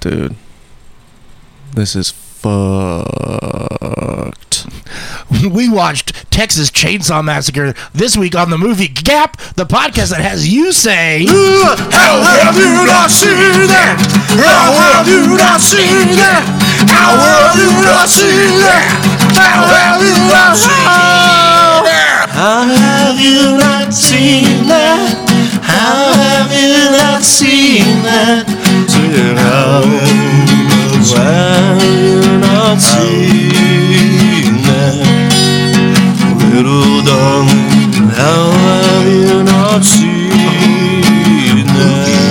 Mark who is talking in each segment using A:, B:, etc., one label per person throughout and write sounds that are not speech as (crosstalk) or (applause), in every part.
A: dude. This is fucked.
B: (laughs) We watched Texas Chainsaw Massacre this week on the movie Gap, the podcast that has you say.
C: How have you not seen that? How have you not seen that? How have you not seen that? How have you not seen that? How have you not seen that? How have you not seen that? How have you not seen that? Little darling, how have you not seen that?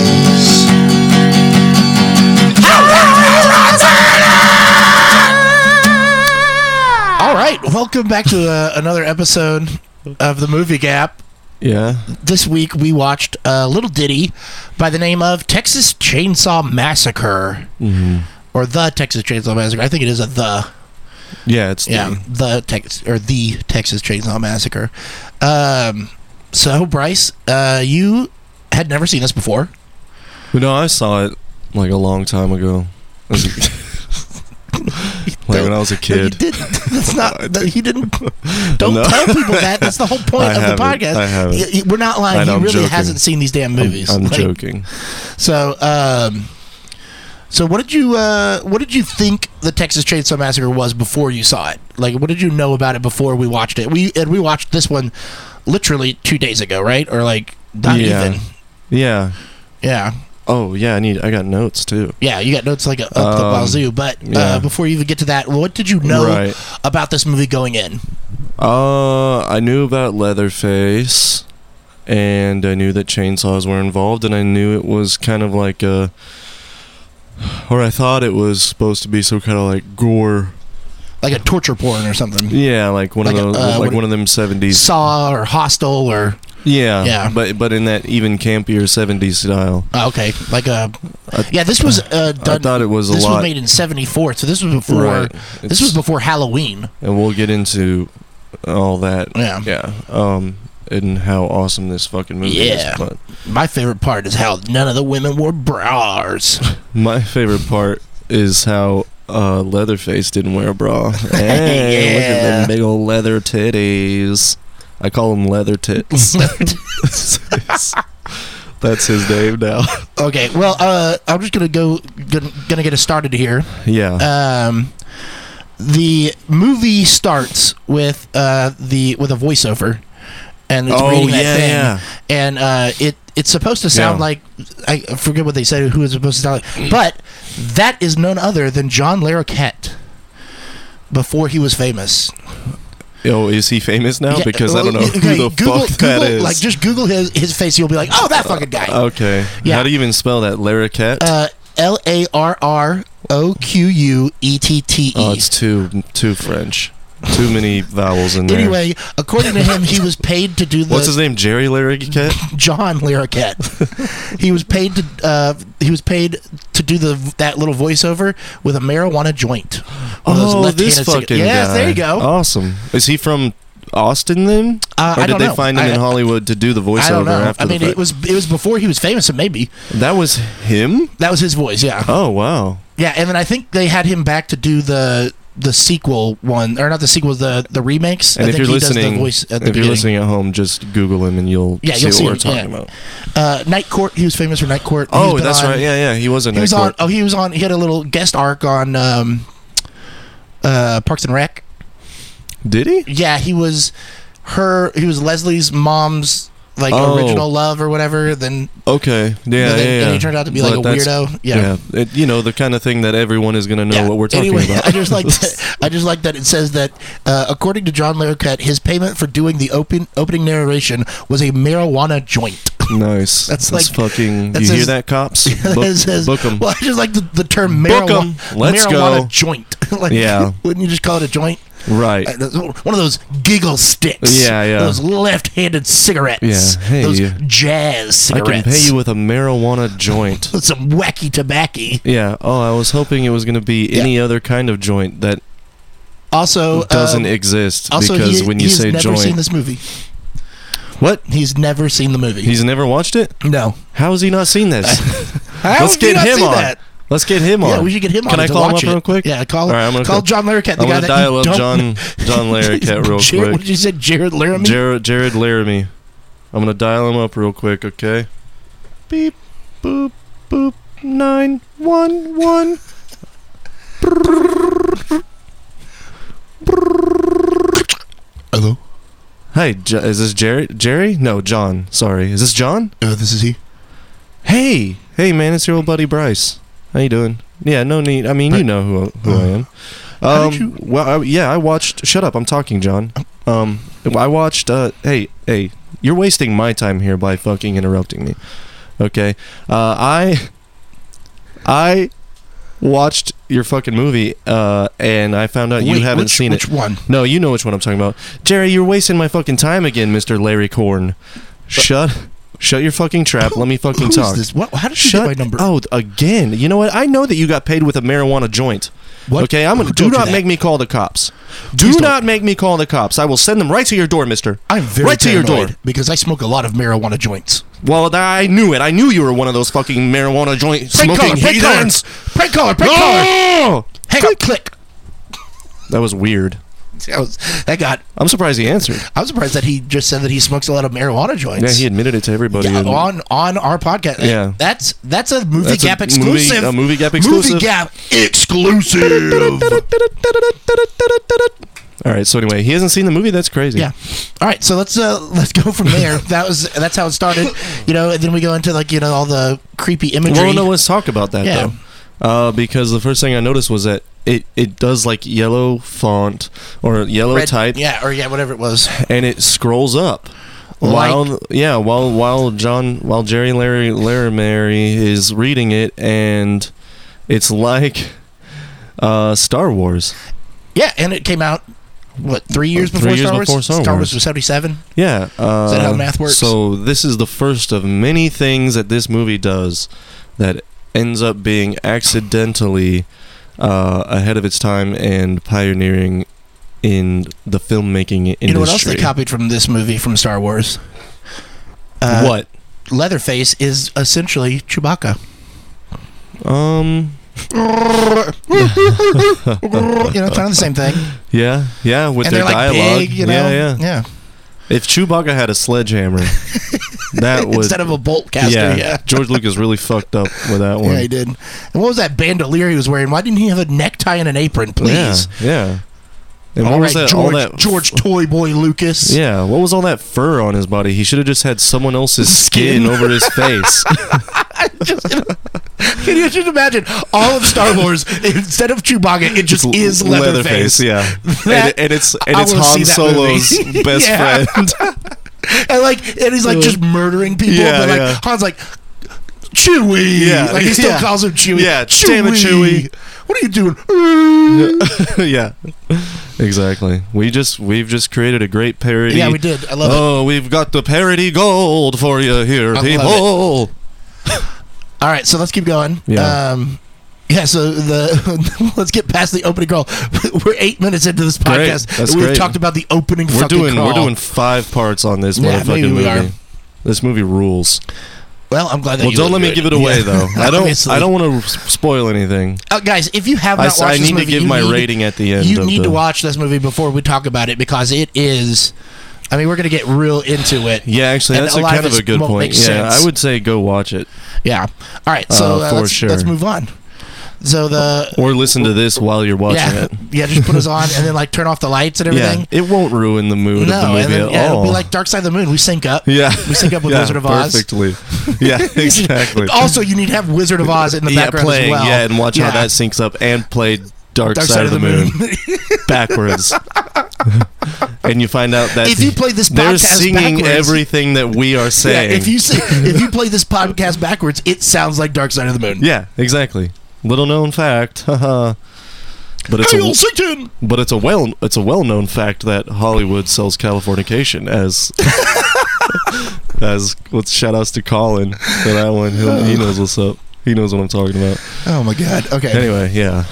B: All right, welcome back to uh, another episode of the movie Gap.
A: Yeah.
B: This week we watched a little ditty by the name of Texas Chainsaw Massacre,
A: Mm-hmm.
B: or the Texas Chainsaw Massacre. I think it is a the.
A: Yeah, it's
B: Yeah, the Tex or the Texas Chainsaw Massacre. Um, so Bryce, uh, you had never seen this before.
A: But no, I saw it like a long time ago. As a-
B: (laughs)
A: like when I was a
B: No, you
A: kid.
B: didn't.
A: (laughs)
B: That's not. that- you didn't. (laughs) Don't
A: No.
B: tell people that. That's the whole
A: (laughs)
B: point
A: I
B: of the
A: haven't.
B: podcast.
A: I haven't.
B: Y- y- We're not lying.
A: I know,
B: he
A: I'm
B: really
A: joking.
B: hasn't seen these damn movies.
A: I'm, I'm
B: Like,
A: joking.
B: So, um, so what did you uh, what did you think the Texas Chainsaw Massacre was before you saw it? Like, what did you know about it before we watched it? We and we watched this one literally two days ago, right? Or like not
A: Yeah.
B: even.
A: Yeah.
B: Yeah,
A: Oh yeah, I need. I got notes too.
B: yeah. You got notes like up the
A: Um,
B: wazoo. But
A: yeah.
B: uh, before you even get to that, what did you know
A: Right.
B: about this movie going in?
A: Uh, I knew about Leatherface, and I knew that chainsaws were involved, and I knew it was kind of like a, or I thought it was supposed to be some kind of like gore.
B: Like a torture porn or something?
A: Yeah, like one
B: Like a-
A: of those,
B: uh,
A: like
B: what-
A: one of them seventies.
B: Saw or Hostel or
A: Yeah,
B: Yeah.
A: But but in that even campier seventies style.
B: oh, okay, like a
A: I-
B: yeah. This was uh,
A: I
B: done.
A: thought it was a
B: this was
A: lot.
B: made in '74, so this was before.
A: right.
B: This
A: It's-
B: was before Halloween.
A: and we'll get into all that.
B: Yeah.
A: Yeah. Um. And how awesome this fucking movie
B: Yeah.
A: is. But
B: My favorite part is how none of the women wore bras.
A: My favorite part is how uh, Leatherface didn't wear a
B: (laughs)
A: bra. Hey, look at
B: Yeah.
A: them big old leather titties. I call them leather
B: (laughs)
A: tits. (laughs) That's his name now. (laughs)
B: okay, well, uh, I'm just gonna go gonna, gonna get us started here.
A: Yeah.
B: Um, the movie starts with uh, the with a voiceover, and
A: Oh,
B: it's reading that thing, and uh, it it's supposed to sound
A: Yeah. Mm.
B: like I forget what they said who it's supposed to sound like, but that is none other than John Larroquette before he was famous.
A: yeah. Oh, is he famous now?
B: Yeah,
A: because I
B: well,
A: don't know
B: okay,
A: who the
B: Google,
A: fuck that
B: Google,
A: is. Uh,
B: Like, just Google his his face. You'll be like, oh, that fucking guy.
A: okay.
B: Yeah.
A: How do you even spell that? Larroquette?
B: Uh, L A R R O Q U E T T
A: oh,
B: E.
A: it's too too French. Too many vowels in there.
B: Anyway, according to him, he was paid
A: (laughs)
B: to do the
A: What's his name? Jerry Larroquette?
B: John Larroquette. (laughs) he was paid to uh, he was paid to do the that little voiceover with a marijuana joint. One of those
A: Oh,
B: left-handed
A: this
B: cig-
A: fucking
B: yes,
A: guy.
B: there you go.
A: Awesome. Is he from Austin then?
B: Uh,
A: or
B: I
A: did
B: don't
A: they
B: know.
A: find him
B: I-
A: in Hollywood to do the voiceover
B: I don't know.
A: after
B: I mean,
A: the fact?
B: it was it was before he was famous, so maybe
A: that was him?
B: that was his voice. Yeah.
A: Oh wow.
B: Yeah, and then I think they had him back to do the the sequel one, or not the sequel, the the remakes.
A: And
B: I
A: if
B: think
A: you're
B: he does the
A: listening
B: voice at the
A: if
B: beginning.
A: you're listening at home, just Google him and you'll
B: Yeah,
A: see
B: you'll
A: what
B: see
A: we're
B: him,
A: talking
B: yeah.
A: about.
B: uh, Night Court, he was famous for Night Court. He's
A: Oh,
B: been
A: that's
B: on-
A: right. Yeah, yeah. He was a
B: He was
A: night
B: on.
A: court.
B: Oh, he was on. He had a little guest arc on um, uh, Parks and Rec.
A: Did he?
B: Yeah, he was her. He was Leslie's mom's like
A: Oh.
B: original love or whatever. Then
A: Okay. Yeah,
B: then,
A: yeah,
B: then
A: yeah.
B: he turned out to be
A: But
B: like a
A: that's-
B: weirdo. Yeah.
A: Yeah. It- you know, the kind of thing that everyone is going to know
B: Yeah,
A: what we're talking
B: anyway,
A: about.
B: (laughs) I just
A: (laughs)
B: like that, I just like that it says that uh, according to John Larroquette, his payment for doing the open opening narration was a marijuana joint. (laughs)
A: nice.
B: That's like-
A: fucking.
B: that
A: you hear
B: says-
A: that,
B: (laughs)
A: cops?
B: it says,
A: book 'em.
B: Well, I just like the, the term
A: Book 'em.
B: marijuana.
A: Let's
B: marijuana
A: go.
B: joint. (laughs) like,
A: Yeah.
B: Wouldn't you just call it a joint?
A: Right.
B: Uh, that's One of those giggle sticks.
A: Yeah, yeah.
B: Those left-handed cigarettes.
A: Yeah, hey,
B: Those
A: you-
B: jazz
A: I
B: cigarettes.
A: can pay you with a marijuana
B: (laughs)
A: joint.
B: with some wacky tobacco.
A: yeah. Oh, I was hoping it was going to be
B: Yeah.
A: any other kind of joint that
B: Also,
A: doesn't
B: um,
A: exist
B: also
A: because
B: he,
A: when you
B: he's
A: say
B: never
A: joint,
B: seen this movie.
A: what?
B: He's never seen the movie.
A: He's never watched it.
B: no.
A: How has he not seen this?
B: (laughs)
A: (laughs)
B: How
A: Let's
B: have you
A: get
B: not
A: him
B: seen
A: on.
B: That?
A: Let's get him on.
B: Yeah, we should get him on.
A: Can I
B: to
A: call him
B: watch
A: up
B: it.
A: real quick?
B: Yeah, call
A: All right, I'm
B: call
A: gonna go-
B: John Larroquette, the
A: I'm gonna
B: guy that
A: dial
B: you
A: up
B: don't (laughs)
A: John John Larroquette real
B: Jared, What
A: quick.
B: did you say, Jared Laramie?
A: Jared Jared Laramie. I'm gonna dial him up real quick, okay? Beep boop boop nine one one.
B: Hello,
A: Hey, J- is this Jerry? Jerry? No, John. Sorry, is this John?
B: uh, this is he.
A: Hey, hey, man, it's your old buddy Bryce. How you doing? Yeah, no need. I mean, you know who who I am.
B: How
A: Um,
B: did you-
A: well, I, yeah, I watched. Shut up, I'm talking, John. Um, I watched. Uh, hey, hey, you're wasting my time here by fucking interrupting me. Okay, uh, I, I watched your fucking movie, uh, and I found out
B: Wait,
A: you haven't
B: which,
A: seen it.
B: Which one?
A: No, you know which one I'm talking about. Jerry, you're wasting my fucking time again, Mr. Larry Corn. Shut shut your fucking trap. Let me
B: (coughs)
A: fucking
B: Who's
A: talk.
B: this? What? How did you
A: Shut
B: get my number?
A: Oh, again. You know what? I know that you got paid with a marijuana joint.
B: What?
A: Okay, I'm gonna
B: Who
A: do
B: told you
A: not
B: that?
A: make me call the cops.
B: Please
A: Do
B: don't.
A: not make me call the cops. I will send them right to your door, mister.
B: I'm very
A: right to your door.
B: paranoid because I smoke a lot of marijuana joints.
A: Well, th- I knew it. I knew you were one of those fucking marijuana joint
B: Prank
A: smoking
B: caller, prank caller,
A: heathens.
B: prank caller, prank caller.
A: No!
B: Hang up, click.
A: That was weird.
B: That, was, that got.
A: I'm surprised he answered.
B: I'm surprised that he just said that he smokes a lot of marijuana joints.
A: Yeah, he admitted it to everybody.
B: Yeah,
A: and-
B: on on our podcast.
A: Yeah.
B: that's that's a movie
A: That's a
B: gap
A: movie-
B: exclusive.
A: a Movie Gap
B: Movie
A: exclusive.
B: gap exclusive.
A: All right. So anyway, he hasn't seen the movie. That's crazy.
B: Yeah. All right, so let's uh, (laughs) let's go from there. that was that's how it started, you know. And then we go into like you know all the creepy imagery.
A: Well, no, let's talk about that
B: Yeah.
A: though, uh, because the first thing I noticed was that it it does like yellow font or yellow
B: Red-
A: type,
B: Yeah, or yeah, whatever it was.
A: and it scrolls up.
B: Like-
A: while yeah, while while John while Jerry Larry Laramary is reading it, and it's like uh, Star Wars.
B: Yeah, and it came out what three years
A: Three
B: before
A: years
B: Star Wars.
A: before Star
B: Star Wars
A: Wars.
B: was seventy seven.
A: Yeah. Uh,
B: that how math works?
A: So this is the first of many things that this movie does that ends up being accidentally uh, ahead of its time and pioneering in the filmmaking industry.
B: You know what else they copied from this movie from Star Wars? Uh,
A: what?
B: Leatherface is essentially Chewbacca.
A: Um.
B: you know, kind of the same thing.
A: Yeah. Yeah. (laughs) With
B: and
A: their
B: they're like
A: dialogue.
B: big, you know.
A: Yeah. Yeah.
B: yeah.
A: If Chewbacca had a
B: (laughs)
A: sledgehammer, that would.
B: Instead of a bolt caster,
A: yeah,
B: yeah.
A: George Lucas really fucked up with that one.
B: (laughs) Yeah, he did. And what was that bandolier he was wearing? Why didn't he have a necktie and an apron, please?
A: Yeah. yeah. And
B: All
A: what was
B: right,
A: that?
B: George,
A: all that
B: George Toy Boy Lucas.
A: Yeah, what was all that fur on his body? He should have just had someone else's skin, over his face.
B: (laughs) Can you just imagine all of Star Wars (laughs) instead of Chewbacca, it (laughs) just is Leatherface. (laughs)
A: yeah.
B: That-
A: and, and it's and
B: I
A: it's
B: wanna
A: Han
B: see that movie.
A: Solo's best
B: (laughs) Yeah.
A: friend.
B: (laughs) And like, and he's like just murdering people.
A: Yeah,
B: but like
A: yeah.
B: Han's like Chewie.
A: Yeah,
B: like he still
A: yeah.
B: calls him Chewie.
A: Yeah, damn it, Chewie.
B: What are you doing?
A: (laughs) yeah,
B: (laughs)
A: exactly. We just we've just created a great parody.
B: yeah, we did. I love it.
A: Oh, we've got the parody gold for you here,
B: love
A: people.
B: All right, so let's keep going.
A: Yeah.
B: Um, yeah, so the (laughs) let's get past the opening crawl. (laughs) We're eight minutes into this
A: Great,
B: podcast.
A: that's
B: we've
A: great.
B: talked about the opening
A: We're
B: fucking
A: doing
B: crawl.
A: we're doing five parts on this
B: Yeah,
A: motherfucking
B: maybe we
A: movie.
B: are.
A: This movie rules.
B: Well, I'm glad that
A: Well,
B: you
A: don't let
B: look
A: me
B: good.
A: give it away
B: Yeah.
A: though. I don't.
B: (laughs) Obviously.
A: I don't want to spoil anything.
B: Uh, guys, if you have
A: I,
B: not
A: s-
B: watched
A: I
B: this
A: need to
B: movie,
A: give
B: you
A: my
B: need,
A: rating at the end.
B: You
A: of
B: need to
A: the-
B: watch this movie before we talk about it because it is. I mean, we're gonna get real into it.
A: Yeah, actually,
B: And
A: that's a
B: Alive
A: kind of
B: is-
A: a good
B: won't
A: point.
B: make
A: Yeah,
B: sense.
A: I would say go watch it
B: Yeah. All right, so
A: Uh,
B: uh,
A: for
B: let's,
A: sure.
B: let's move on. So the
A: or listen to this while you're watching
B: yeah,
A: it.
B: (laughs) yeah, just put us on and then like turn off the lights and everything.
A: Yeah, it won't ruin the mood of the
B: No,
A: movie
B: and then,
A: at
B: yeah,
A: all.
B: it'll be like Dark Side of the Moon. We sync
A: (laughs)
B: up.
A: yeah,
B: we sync up with
A: yeah,
B: Wizard of Oz. (laughs)
A: perfectly. Yeah, exactly.
B: Also, you need to have Wizard of Oz in the
A: yeah,
B: background
A: playing.
B: as well.
A: Yeah, and watch
B: Yeah.
A: how that syncs up and play Dark, Side, of the, Moon, (laughs)
B: (laughs)
A: backwards. and you find out that
B: if you play this podcast
A: they're singing
B: backwards,
A: everything that we are
B: (laughs) yeah,
A: saying.
B: if you see,
A: (laughs)
B: if you play this podcast backwards, it sounds like Dark Side of the Moon.
A: Yeah, exactly. Little known fact. (laughs) haha. but it's
B: Hey,
A: a,
B: old Satan!
A: But it's a well it's a well known fact that Hollywood sells Californication as (laughs) as let's shout outs to Colin for that one. He'll, he knows what's up. He knows what I'm talking about.
B: Oh my God. Okay.
A: Anyway, yeah.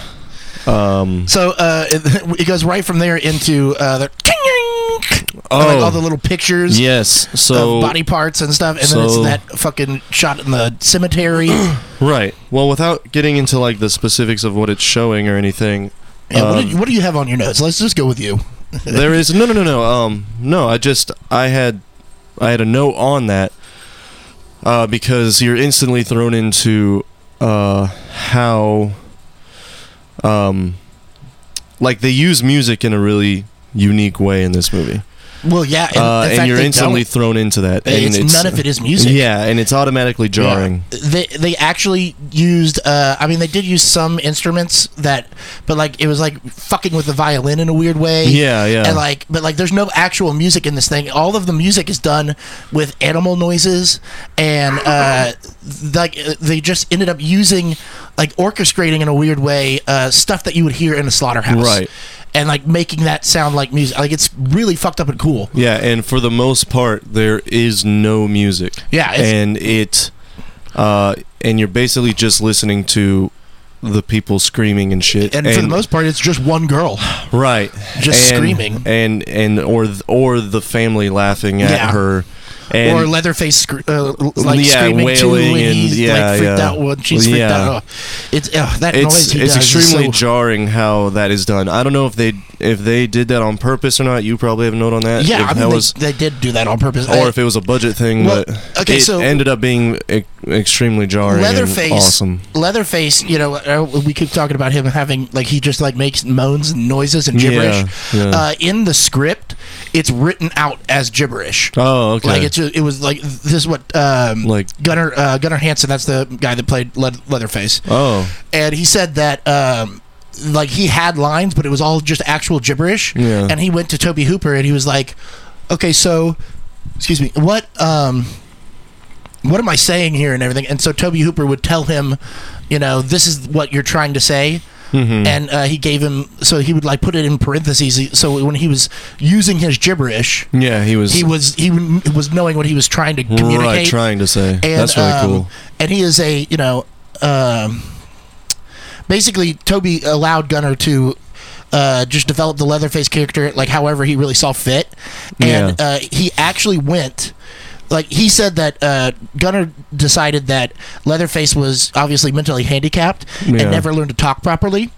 A: Um,
B: (laughs) So uh, it, it goes right from there into uh, the Or, (laughs) like
A: Oh.
B: all the little pictures
A: Yes. So
B: of body parts and stuff, and then it's
A: so-
B: that fucking shot in the
A: (clears throat)
B: cemetery. yeah,
A: right. Well, without getting into like the specifics of what it's showing or anything,
B: what,
A: Um,
B: do you, what do you have on your notes? Let's just go with you.
A: there is no no no no um no i just i had i had a note on that uh because you're instantly thrown into uh how um like they use music in a really unique way in this movie
B: Well, yeah, and,
A: uh,
B: in
A: and
B: fact,
A: you're
B: they
A: instantly
B: don't.
A: thrown into that
B: It's,
A: and it's
B: none of it is music.
A: yeah and it's automatically jarring
B: Yeah. They they actually used. Uh, I mean, they did use some instruments that, but like it was like fucking with the violin in a weird way.
A: yeah yeah,
B: And like, but like, there's no actual music in this thing. All of the music is done with animal noises, and uh, like they just ended up using, like, orchestrating in a weird way uh, stuff that you would hear in a slaughterhouse,
A: Right.
B: And like making that sound like music. Like it's really fucked up and cool.
A: Yeah, and for the most part, there is no music.
B: Yeah, it's-
A: and it, uh, and you're basically just listening to the people screaming and shit.
B: And, for the most part, it's just one girl.
A: right,
B: just
A: and-
B: screaming.
A: and and or th- or the family laughing at
B: Yeah.
A: her, and
B: or Leatherface scr- uh, l- like
A: Yeah,
B: screaming too
A: wailing
B: when
A: and-
B: he's
A: yeah,
B: like freaked
A: yeah.
B: out when she's freaked
A: Yeah.
B: out. Oh, it's uh, that noise
A: it's
B: he
A: it's
B: does is
A: extremely
B: so-
A: jarring how that is done. I don't know if they if they did that on purpose or not. You probably have a note on that.
B: yeah,
A: Uh, if
B: I mean
A: that
B: they,
A: was.
B: they did do that on purpose. Uh,
A: or
B: I-
A: if it was a budget thing,
B: Well,
A: but
B: okay,
A: it
B: so-
A: ended up being e- extremely jarring. and
B: Leatherface,
A: awesome.
B: Leatherface, you know, uh, we keep talking about him having like he just like makes moans and noises and gibberish.
A: Yeah, yeah.
B: Uh, in the script, it's written out as gibberish.
A: Oh, okay.
B: Like it's it was like this is what um,
A: Like-
B: Gunnar uh, Gunnar Hansen. That's the guy that played Le- Leatherface.
A: oh,
B: and he said that um, like he had lines, but it was all just actual gibberish.
A: Yeah.
B: And he went to Toby Hooper and he was like, "Okay, so, excuse me, what um, what am I saying here and everything?" And so Toby Hooper would tell him, you know, this is what you're trying to say.
A: Mm. Mm-hmm.
B: And uh, he gave him so he would like put it in parentheses. So when he was using his gibberish,
A: yeah. He was
B: he was he was knowing what he was trying to communicate.
A: right trying to say.
B: And,
A: That's really
B: um,
A: cool.
B: And he is a you know, um, basically Toby allowed Gunner to uh, just develop the Leatherface character like however he really saw fit, and
A: Yeah.
B: uh, he actually went. Like he said that uh, Gunner decided that Leatherface was obviously mentally handicapped
A: Yeah.
B: and never learned to talk properly,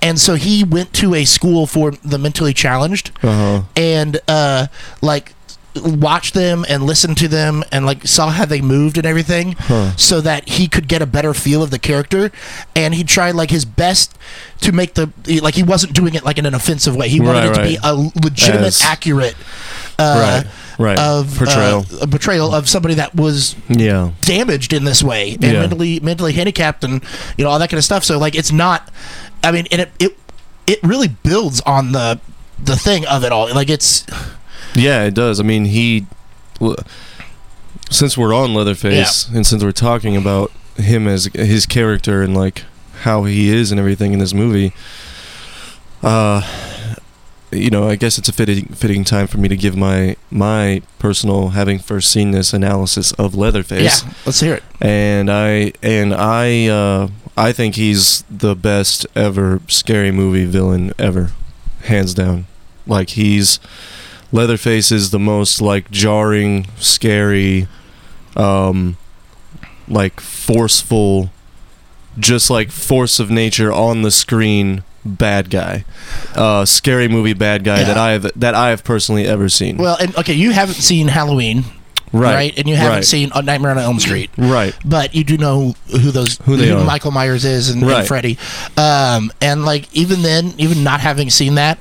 B: and so he went to a school for the mentally challenged,
A: Uh huh.
B: and uh like watched them and listened to them and like saw how they moved and everything so that he could get a better feel of the character and he tried like his best to make the like he wasn't doing it like in an offensive way he
A: Right,
B: wanted it to be
A: right.
B: a legitimate
A: As-
B: accurate uh
A: right. Right.
B: of
A: Portrayal.
B: uh, a portrayal of somebody that was
A: yeah.
B: damaged in this way and
A: Yeah.
B: mentally mentally handicapped and you know all that kind of stuff so like it's not i mean and it it, it really builds on the the thing of it all like it's
A: Yeah, it does. I mean, he. w- Since we're on Leatherface, and since we're talking about him as his character and like how he is and everything in this movie, uh, you know, I guess it's a fitting fitting time for me to give my my personal, having first seen this analysis of Leatherface.
B: yeah let's hear it
A: and I and I uh, I think he's the best ever scary movie villain ever, hands down. Like he's Leatherface is the most like jarring, scary, um, like forceful, just like force of nature on the screen bad guy, uh, scary movie bad guy that
B: Yeah.
A: I have that I have personally ever seen.
B: well and okay you haven't seen halloween right, and you haven't
A: right,
B: seen a nightmare on elm street
A: right.
B: but you do know who those
A: Who they are.
B: michael myers is and,
A: Right.
B: and freddy um and like even then even not having seen that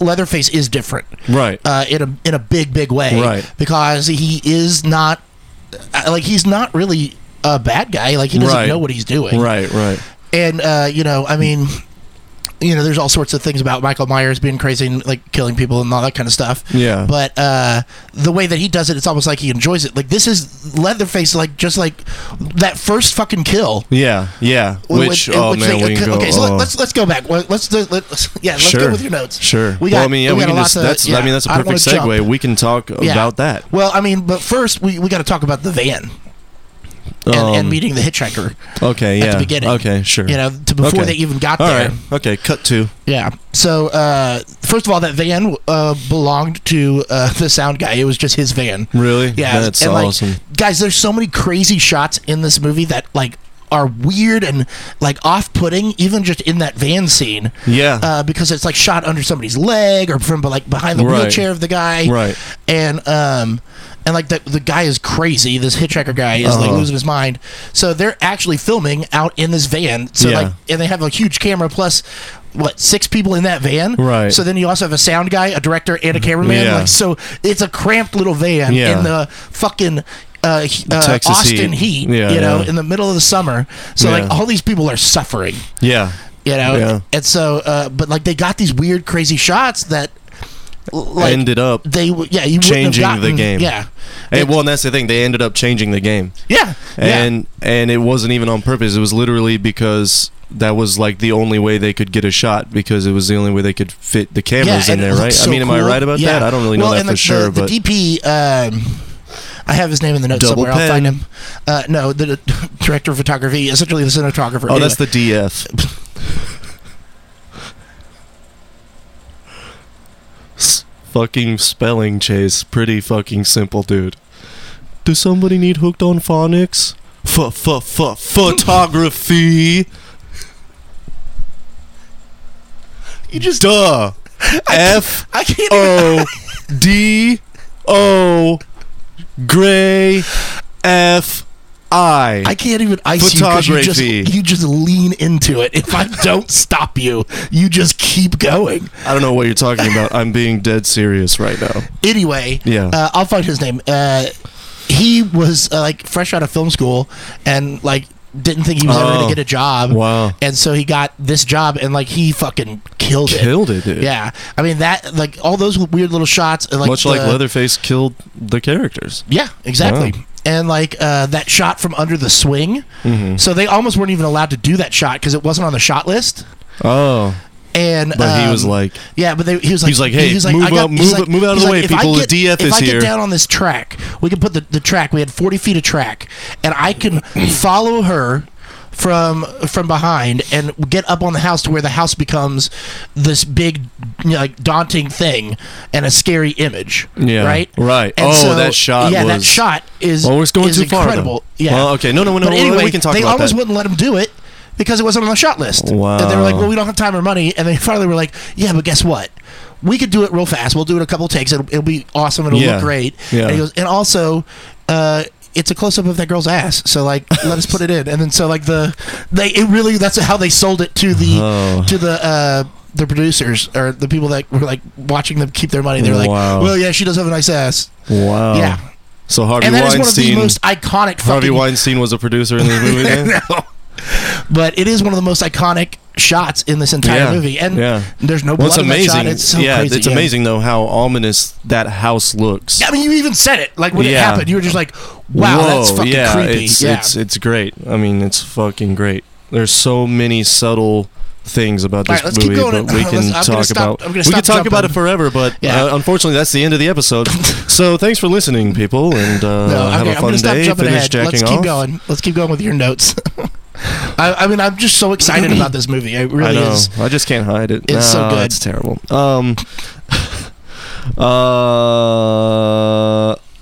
B: leatherface is different
A: Right.
B: uh, in a in a big big way,
A: Right.
B: Because he is not uh, like he's not really a bad guy. Like he doesn't
A: Right.
B: know what he's doing,
A: Right. Right.
B: and uh, you know, I mean. You know, there's all sorts of things about Michael Myers being crazy and like killing people and all that kind of stuff.
A: Yeah.
B: But uh, the way that he does it, it's almost like he enjoys it. Like this is Leatherface, like just like that first fucking kill.
A: Yeah, yeah.
B: when-
A: Which,
B: in
A: oh man,
B: they-
A: we can go.
B: okay, so let-
A: oh.
B: let's let's go back. Let- Let's do, let's yeah, let's
A: sure.
B: go with your notes.
A: Sure.
B: We got.
A: well, I mean, yeah, we,
B: got
A: can
B: a lot
A: just.
B: to-
A: that's.
B: yeah,
A: I mean, that's a
B: don't
A: perfect
B: wanna jump.
A: segue. We can talk
B: Yeah.
A: about that.
B: Well, I mean, but first we, we got to talk about the van and, and
A: Um,
B: meeting the hitchhiker.
A: okay.
B: the
A: Yeah.
B: beginning.
A: Okay. Sure.
B: You know, to before
A: Okay.
B: they even got
A: All
B: there.
A: right. Okay. Cut two.
B: Yeah. So uh, first first of all, that van uh, belonged to uh, (laughs) the sound guy. It was just his van.
A: Really?
B: Yeah,
A: That's
B: and, like,
A: awesome.
B: guys. There's so many crazy shots in this movie that like are weird and like off-putting, even just in that van scene.
A: Yeah.
B: uh, because it's like shot under somebody's leg or from like behind the
A: Right.
B: wheelchair of the guy.
A: Right.
B: and um. And like the, the guy is crazy. This hitchhiker guy is like
A: Uh-huh.
B: losing his mind. So they're actually filming out in this van. So
A: Yeah.
B: like, and they have a huge camera plus what six people in that van.
A: Right.
B: So then you also have a sound guy, a director, and a cameraman.
A: Yeah.
B: Like so, it's a cramped little van
A: Yeah.
B: in the fucking uh, he- uh,
A: Texas
B: Austin
A: heat.
B: heat.
A: Yeah,
B: you know,
A: yeah.
B: in the middle of the summer. So
A: Yeah.
B: like all these people are suffering.
A: yeah.
B: You know,
A: Yeah.
B: and so uh, but like they got these weird, crazy shots that l- like
A: ended up.
B: they w- yeah you wouldn't have
A: changing the
B: gotten-
A: game.
B: Yeah,
A: And, well, and that's the thing. They ended up changing the game,
B: yeah, yeah.
A: and and it wasn't even on purpose. It was literally because that was like the only way they could get a shot because it was the only way they could fit the cameras in
B: and it
A: there, right?
B: looks
A: I
B: so
A: mean, am
B: cool.
A: I right about
B: Yeah.
A: that? I don't really know
B: Well,
A: that
B: and
A: for
B: the,
A: sure,
B: the,
A: but
B: the DP, um, I have his name in the notes
A: Double
B: somewhere. I'll find
A: pen.
B: him. Uh, no, the (laughs) director of photography, essentially the cinematographer.
A: oh, that's
B: Anyway.
A: the DF. S- fucking spelling chase, pretty fucking simple, dude. Does somebody need hooked on phonics? F f f photography.
B: you just
A: Duh. F
B: I can't. even-
A: O D O Gray F
B: I
A: I.
B: can't even ice you 'cause you just
A: Photography.
B: you just lean into it. If I don't stop you, you just keep going.
A: I don't know what you're talking about. I'm being dead serious right now.
B: Anyway,
A: Yeah.
B: uh, I'll find his name. Uh, he was uh, like fresh out of film school and like didn't think he was ever
A: Oh.
B: gonna get a job.
A: Wow.
B: And so he got this job and like he fucking killed it.
A: Killed it, dude.
B: Yeah, I mean that like all those weird little shots and like
A: Much like
B: the-
A: Leatherface killed the characters.
B: Yeah, exactly. And like uh, that shot from under the swing,
A: Mm-hmm.
B: so they almost weren't even allowed to do that shot because it wasn't on the shot list.
A: Oh.
B: And
A: But he was
B: um,
A: like,
B: yeah, but they, he was like,
A: He's like, hey,
B: he's
A: move
B: I got-
A: up-
B: he's
A: move- move out of
B: he's
A: the way,
B: if I
A: people. The
B: get-
A: DF
B: if
A: is
B: I
A: here.
B: get down on this track, we can put the, the track. We had 40 feet of track, and
A: (clears throat)
B: I can follow her from from behind and get up on the house to where the house becomes this big, you know, like daunting thing and a scary image.
A: Yeah,
B: Right.
A: right.
B: And
A: Oh, that shot
B: Yeah, that
A: was-
B: shot is.
A: Well, we're going
B: is
A: too far, though.
B: Incredible. Yeah.
A: Well, okay. No, no, no,
B: But
A: no,
B: anyway,
A: we can talk
B: they
A: about
B: almost
A: that.
B: wouldn't let him do it. Because it wasn't on the shot list. And they were like,
A: Wow.
B: well, we don't have time or money. And they (laughs) finally were like, yeah, but guess what? We could do it real fast. We'll do it a couple takes. It'll, it'll be awesome. It'll
A: Yeah.
B: look great.
A: Yeah.
B: And he goes, and also, uh, it's a close up of that girl's ass. So like, (laughs) let us put it in. And then so like the they it really that's how they sold it to the
A: Oh.
B: to the. Uh, the producers or the people that were like watching them keep their money, they were like,
A: Wow.
B: "Well, yeah, she does have a nice ass."
A: Wow.
B: Yeah,
A: So Harvey
B: and that is
A: Weinstein.
B: one of the most iconic.
A: Harvey
B: fucking-
A: Weinstein was a producer in this
B: (laughs)
A: movie. then?
B: no. But it is one of the most iconic shots in this entire
A: Yeah,
B: movie, and
A: yeah.
B: there's no blood
A: What's
B: in that
A: amazing?
B: shot. It's so
A: yeah,
B: crazy.
A: it's amazing though how ominous that house looks.
B: Yeah, I mean, you even said it like when it
A: Yeah.
B: happened. You were just like, "Wow, that's
A: Whoa,
B: fucking
A: yeah,
B: creepy."
A: It's,
B: yeah,
A: it's it's great. I mean, it's fucking great. There's so many subtle things about
B: All
A: this
B: right, let's keep
A: movie,
B: going.
A: but we
B: Let's-
A: can
B: (laughs) I'm gonna
A: talk
B: stop-
A: about
B: I'm gonna
A: we
B: stop
A: could talk about it
B: jumping.
A: forever. But
B: Yeah.
A: uh, unfortunately, that's the end of the
B: (laughs)
A: episode. so thanks for listening, people, and uh,
B: no,
A: have
B: okay,
A: a
B: I'm
A: fun
B: gonna stop
A: day.
B: jumping
A: Finish
B: ahead.
A: jacking
B: Let's
A: off.
B: keep going. Let's keep going with your notes. (laughs) I, I mean, I'm just
A: (clears throat)
B: so excited about this movie. It really
A: I know.
B: is.
A: I just can't hide it.
B: It's so
A: Nah,
B: good.
A: It's terrible. Um. (laughs) uh.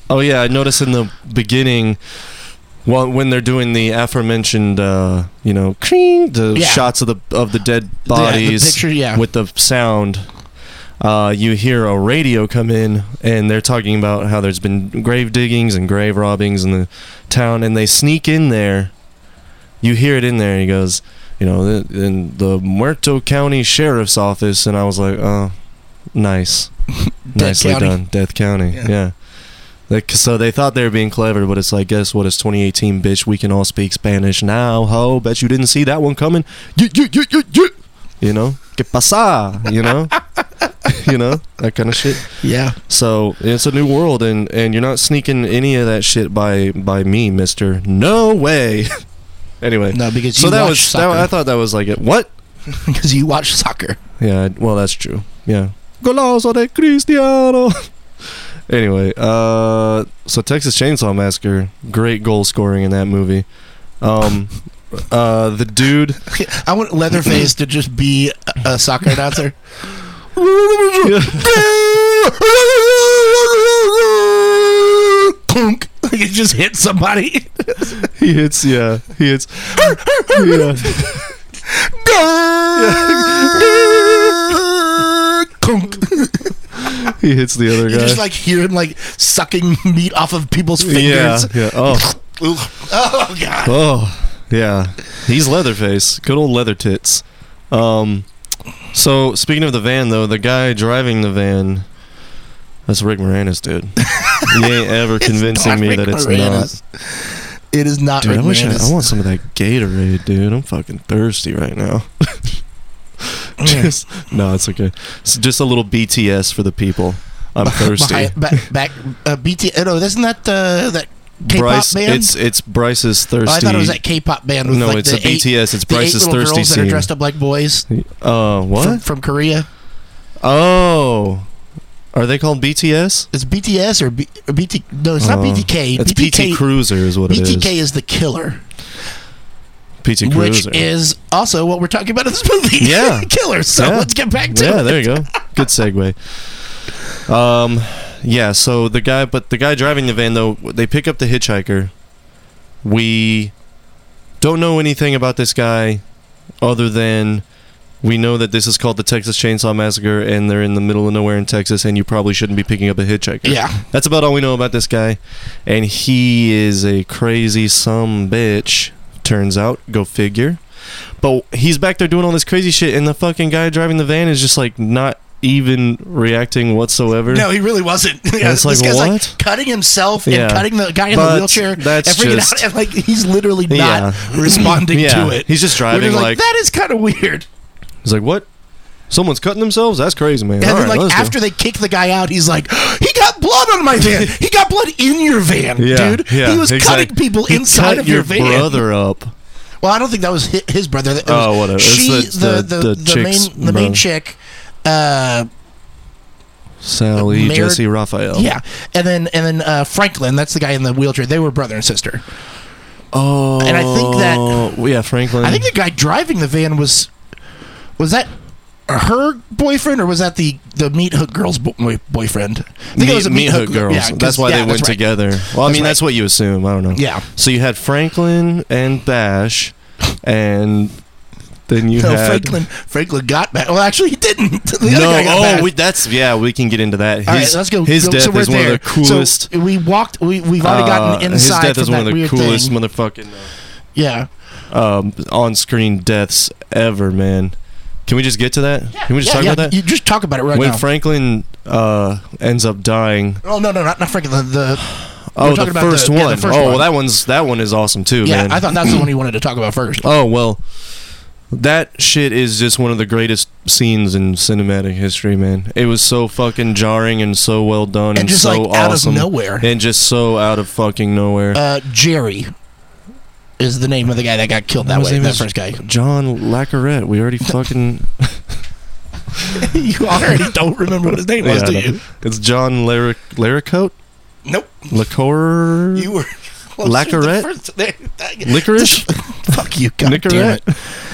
A: Oh yeah, I noticed in the beginning, well, when they're doing the aforementioned, uh, you know, kring, the
B: Yeah.
A: shots of the of the dead
B: Yeah, the
A: bodies
B: picture, yeah.
A: with the sound. Uh, you hear a radio come in, and they're talking about how there's been grave diggings and grave robbings in the town, and they sneak in there you hear it in there and he goes you know "Th- in the muerto county sheriff's office and i was like oh nice
B: Death
A: nicely
B: County.
A: done death county
B: Yeah.
A: yeah, Like, so they thought they were being clever, but it's like, guess what? It's 2018, bitch. We can all speak Spanish now. Ho, bet you didn't see that one coming. You, you, you, you, you. you know, que pasa? You know, (laughs) you know that kind of shit.
B: Yeah,
A: So it's a new world, and and you're not sneaking any of that shit by by me, Mister. No way. (laughs) anyway,
B: no, because you
A: so that
B: watch
A: was that,
B: soccer.
A: I thought that was like it. What?
B: (laughs) because you watch soccer.
A: Yeah. I- Well, that's true. Yeah. Golazo de Cristiano. (laughs) anyway, uh, so Texas Chainsaw Massacre, great goal scoring in that movie. Um, uh, the dude. (laughs)
B: I want Leatherface to just be a- a soccer announcer. (laughs) Clunk. Like it just hit somebody. (laughs)
A: He hits, yeah, he hits. yeah. (laughs)
B: Clunk.
A: He hits the other
B: You
A: guy.
B: just like hear him like sucking meat off of people's
A: yeah,
B: fingers. (laughs)
A: yeah. Oh,
B: Ooh. Oh god.
A: oh, yeah. He's Leatherface. Good old leather tits. Um, so speaking of the van, though, the guy driving the van, that's Rick Moranis, (laughs) dude. you ain't ever
B: It's
A: convincing
B: not
A: me
B: Rick
A: that it's
B: Moranis. It is not
A: not. Dude,
B: Rick
A: I wish I,
B: Moranis.
A: I want some of that Gatorade, dude. I'm fucking thirsty right (laughs) now.
B: Mm.
A: (laughs) just no, it's okay. It's just a little BTS for the people. I'm thirsty.
B: Behind- back, back uh, BT. Oh, no, isn't that uh, that K-pop
A: Bryce,
B: band?
A: it's it's Bryce's thirsty.
B: Oh, I thought it was that K-pop band. With
A: no,
B: like
A: it's
B: the
A: a BTS. it's
B: The eight
A: Bryce's
B: little
A: thirsty
B: girls that
A: scene.
B: are dressed up like boys
A: uh, what?
B: From, from Korea.
A: oh, are they called BTS?
B: It's BTS or, B, or BT? No, it's
A: Oh,
B: not BTK.
A: It's
B: BTK
A: PT Cruiser is what
B: BTK is. the killer,
A: it is. PT
B: which
A: Cruiser.
B: is also what we're talking about in this movie.
A: Yeah.
B: (laughs) killer. So
A: Yeah.
B: let's get back to
A: yeah,
B: it.
A: there you go. Good segue. Um, yeah. So the guy, but the guy driving the van though, they pick up the hitchhiker. We don't know anything about this guy, other than we know that this is called the Texas Chainsaw Massacre, and they're in the middle of nowhere in Texas, and you probably shouldn't be picking up a hitchhiker.
B: Yeah,
A: That's about all we know about this guy, and he is a crazy some bitch. Turns out, go figure. But he's back there doing all this crazy shit, and the fucking guy driving the van is just like not even reacting whatsoever.
B: no, he really wasn't. (laughs)
A: And it's like
B: this guy's like
A: what?
B: cutting himself
A: Yeah.
B: and cutting the guy in
A: But
B: the wheelchair.
A: that's
B: and freaking
A: just-
B: out, and like he's literally
A: (clears throat)
B: not
A: Yeah.
B: responding
A: yeah,
B: to it.
A: he's just
B: We're
A: driving
B: just
A: like,
B: that is kind of weird.
A: he's like what? Someone's cutting themselves? That's crazy, man.
B: And
A: All
B: then,
A: right,
B: like
A: let's
B: after they kick the guy out, he's like, "He got blood on my
A: (laughs)
B: van. he got blood in your van,
A: Yeah,
B: dude.
A: yeah,
B: he was
A: exactly.
B: cutting people
A: do.
B: inside
A: Cut
B: of
A: your,
B: your, van."
A: brother up.
B: Well, I don't think that was hi- his brother. That- it was
A: Oh, whatever. It's
B: She,
A: the-
B: the,
A: the-
B: the,
A: the
B: the,
A: chick's
B: main the main
A: brother.
B: chick, uh,
A: Sally,
B: Mayor-
A: Jesse, Raphael.
B: yeah, and then and then uh, Franklin. That's the guy in the wheelchair. They were brother and sister.
A: Oh.
B: And I think that-
A: that. Yeah, Franklin.
B: I think the guy driving the van was was that her boyfriend or was that the the meat hook girl's bo- boyfriend? I think
A: meat,
B: it was a
A: meat hook girls.
B: yeah, 'cause-
A: that's why
B: yeah,
A: they went
B: right.
A: together. Well, I
B: That's
A: mean,
B: right.
A: that's what you assume. I don't know.
B: Yeah.
A: So you had Franklin and Bash, and then you
B: No,
A: had
B: Franklin. Franklin got back. Well, actually, he didn't. (laughs) The other
A: No,
B: guy got
A: oh,
B: back.
A: we, that's yeah. We can get into that. His,
B: All right, let's go.
A: His
B: go,
A: death
B: so we're
A: is one
B: there.
A: of the coolest.
B: So we walked. We we've already
A: uh,
B: gotten inside.
A: his death is
B: from
A: one
B: that
A: of the
B: weird
A: coolest
B: Thing.
A: motherfucking
B: Yeah.
A: um, on-screen deaths ever, man. Can we just get to that? Can we just
B: yeah,
A: talk
B: yeah,
A: about that?
B: You just talk about it right
A: when
B: now.
A: Franklin uh, ends up dying,
B: oh no, no, not, not Frank. The, the We're
A: oh,
B: talking
A: the
B: about
A: first
B: the-
A: one.
B: yeah, the first
A: oh, well,
B: one.
A: that one's that one is awesome too,
B: yeah,
A: man.
B: I thought that's the one you wanted to talk about
A: (clears throat)
B: first.
A: Oh well, that shit is just one of the greatest scenes in cinematic history, man. It was so fucking jarring and so well done and,
B: and just
A: so
B: like out
A: awesome
B: of nowhere,
A: and just so out of fucking nowhere.
B: uh, Jerry is the name of the guy that got killed that
A: His
B: way.
A: name
B: That
A: is-
B: first guy.
A: John Lacaret, we already fucking
B: (laughs) you already don't remember what his name was,
A: Yeah,
B: do
A: I
B: you?
A: it's John Laric Laricoat
B: Nope.
A: Lacor
B: You were. closer
A: Lacaret?
B: the first- there- (laughs)
A: Licorice
B: Fuck you, God damn it.
A: Nicorette.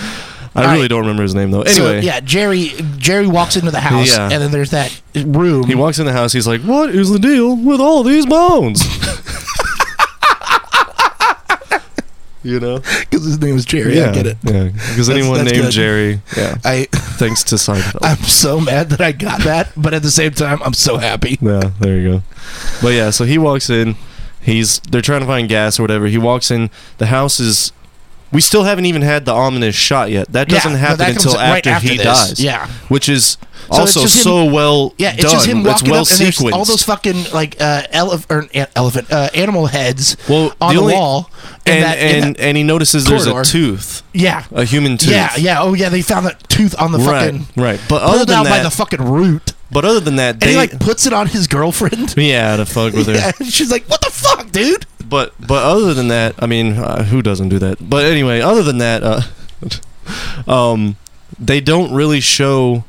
A: I
B: All
A: really
B: right.
A: don't remember his name though. Anyway,
B: so, yeah, Jerry Jerry walks into the house,
A: Yeah.
B: and then there's that room.
A: he walks in the house. He's like, "What is the deal with all these
B: (laughs)
A: bones?" you know.
B: because his name is Jerry. I get it.
A: Yeah, because
B: (laughs) That's-
A: anyone
B: that's
A: named
B: good. (laughs)
A: Jerry, yeah,
B: I
A: thanks to Seinfeld.
B: I'm so mad that I got that, but at the same time, I'm so happy.
A: yeah, there you go. But yeah, so he walks in. He's they're trying to find gas or whatever. He walks in. The house is. We still haven't even had the ominous shot yet. That doesn't
B: Yeah, no,
A: happen
B: that comes
A: until
B: right
A: after, he
B: this.
A: dies.
B: Yeah,
A: which is
B: So it's
A: also
B: just him-
A: so well
B: yeah. It's
A: done.
B: just him
A: it's
B: walking
A: well
B: up, and there's
A: sequenced.
B: all those fucking like uh, elef- or, an elephant uh, animal heads
A: well,
B: on the
A: only-
B: wall, in
A: and
B: that, in
A: and,
B: that-
A: and he notices
B: corridor.
A: there's a tooth,
B: yeah,
A: a human tooth.
B: yeah, yeah. Oh yeah, they found that tooth on the
A: Right,
B: fucking
A: right. But other
B: pulled
A: than
B: out
A: that,
B: by the fucking root,
A: but other than that,
B: and
A: they
B: he like puts it on his girlfriend.
A: (laughs) yeah to fuck with her.
B: (laughs) Yeah, she's like, "What the fuck, dude?"
A: but but other than that, I mean, uh, who doesn't do that? But anyway, other than that, uh, (laughs) um, they don't really show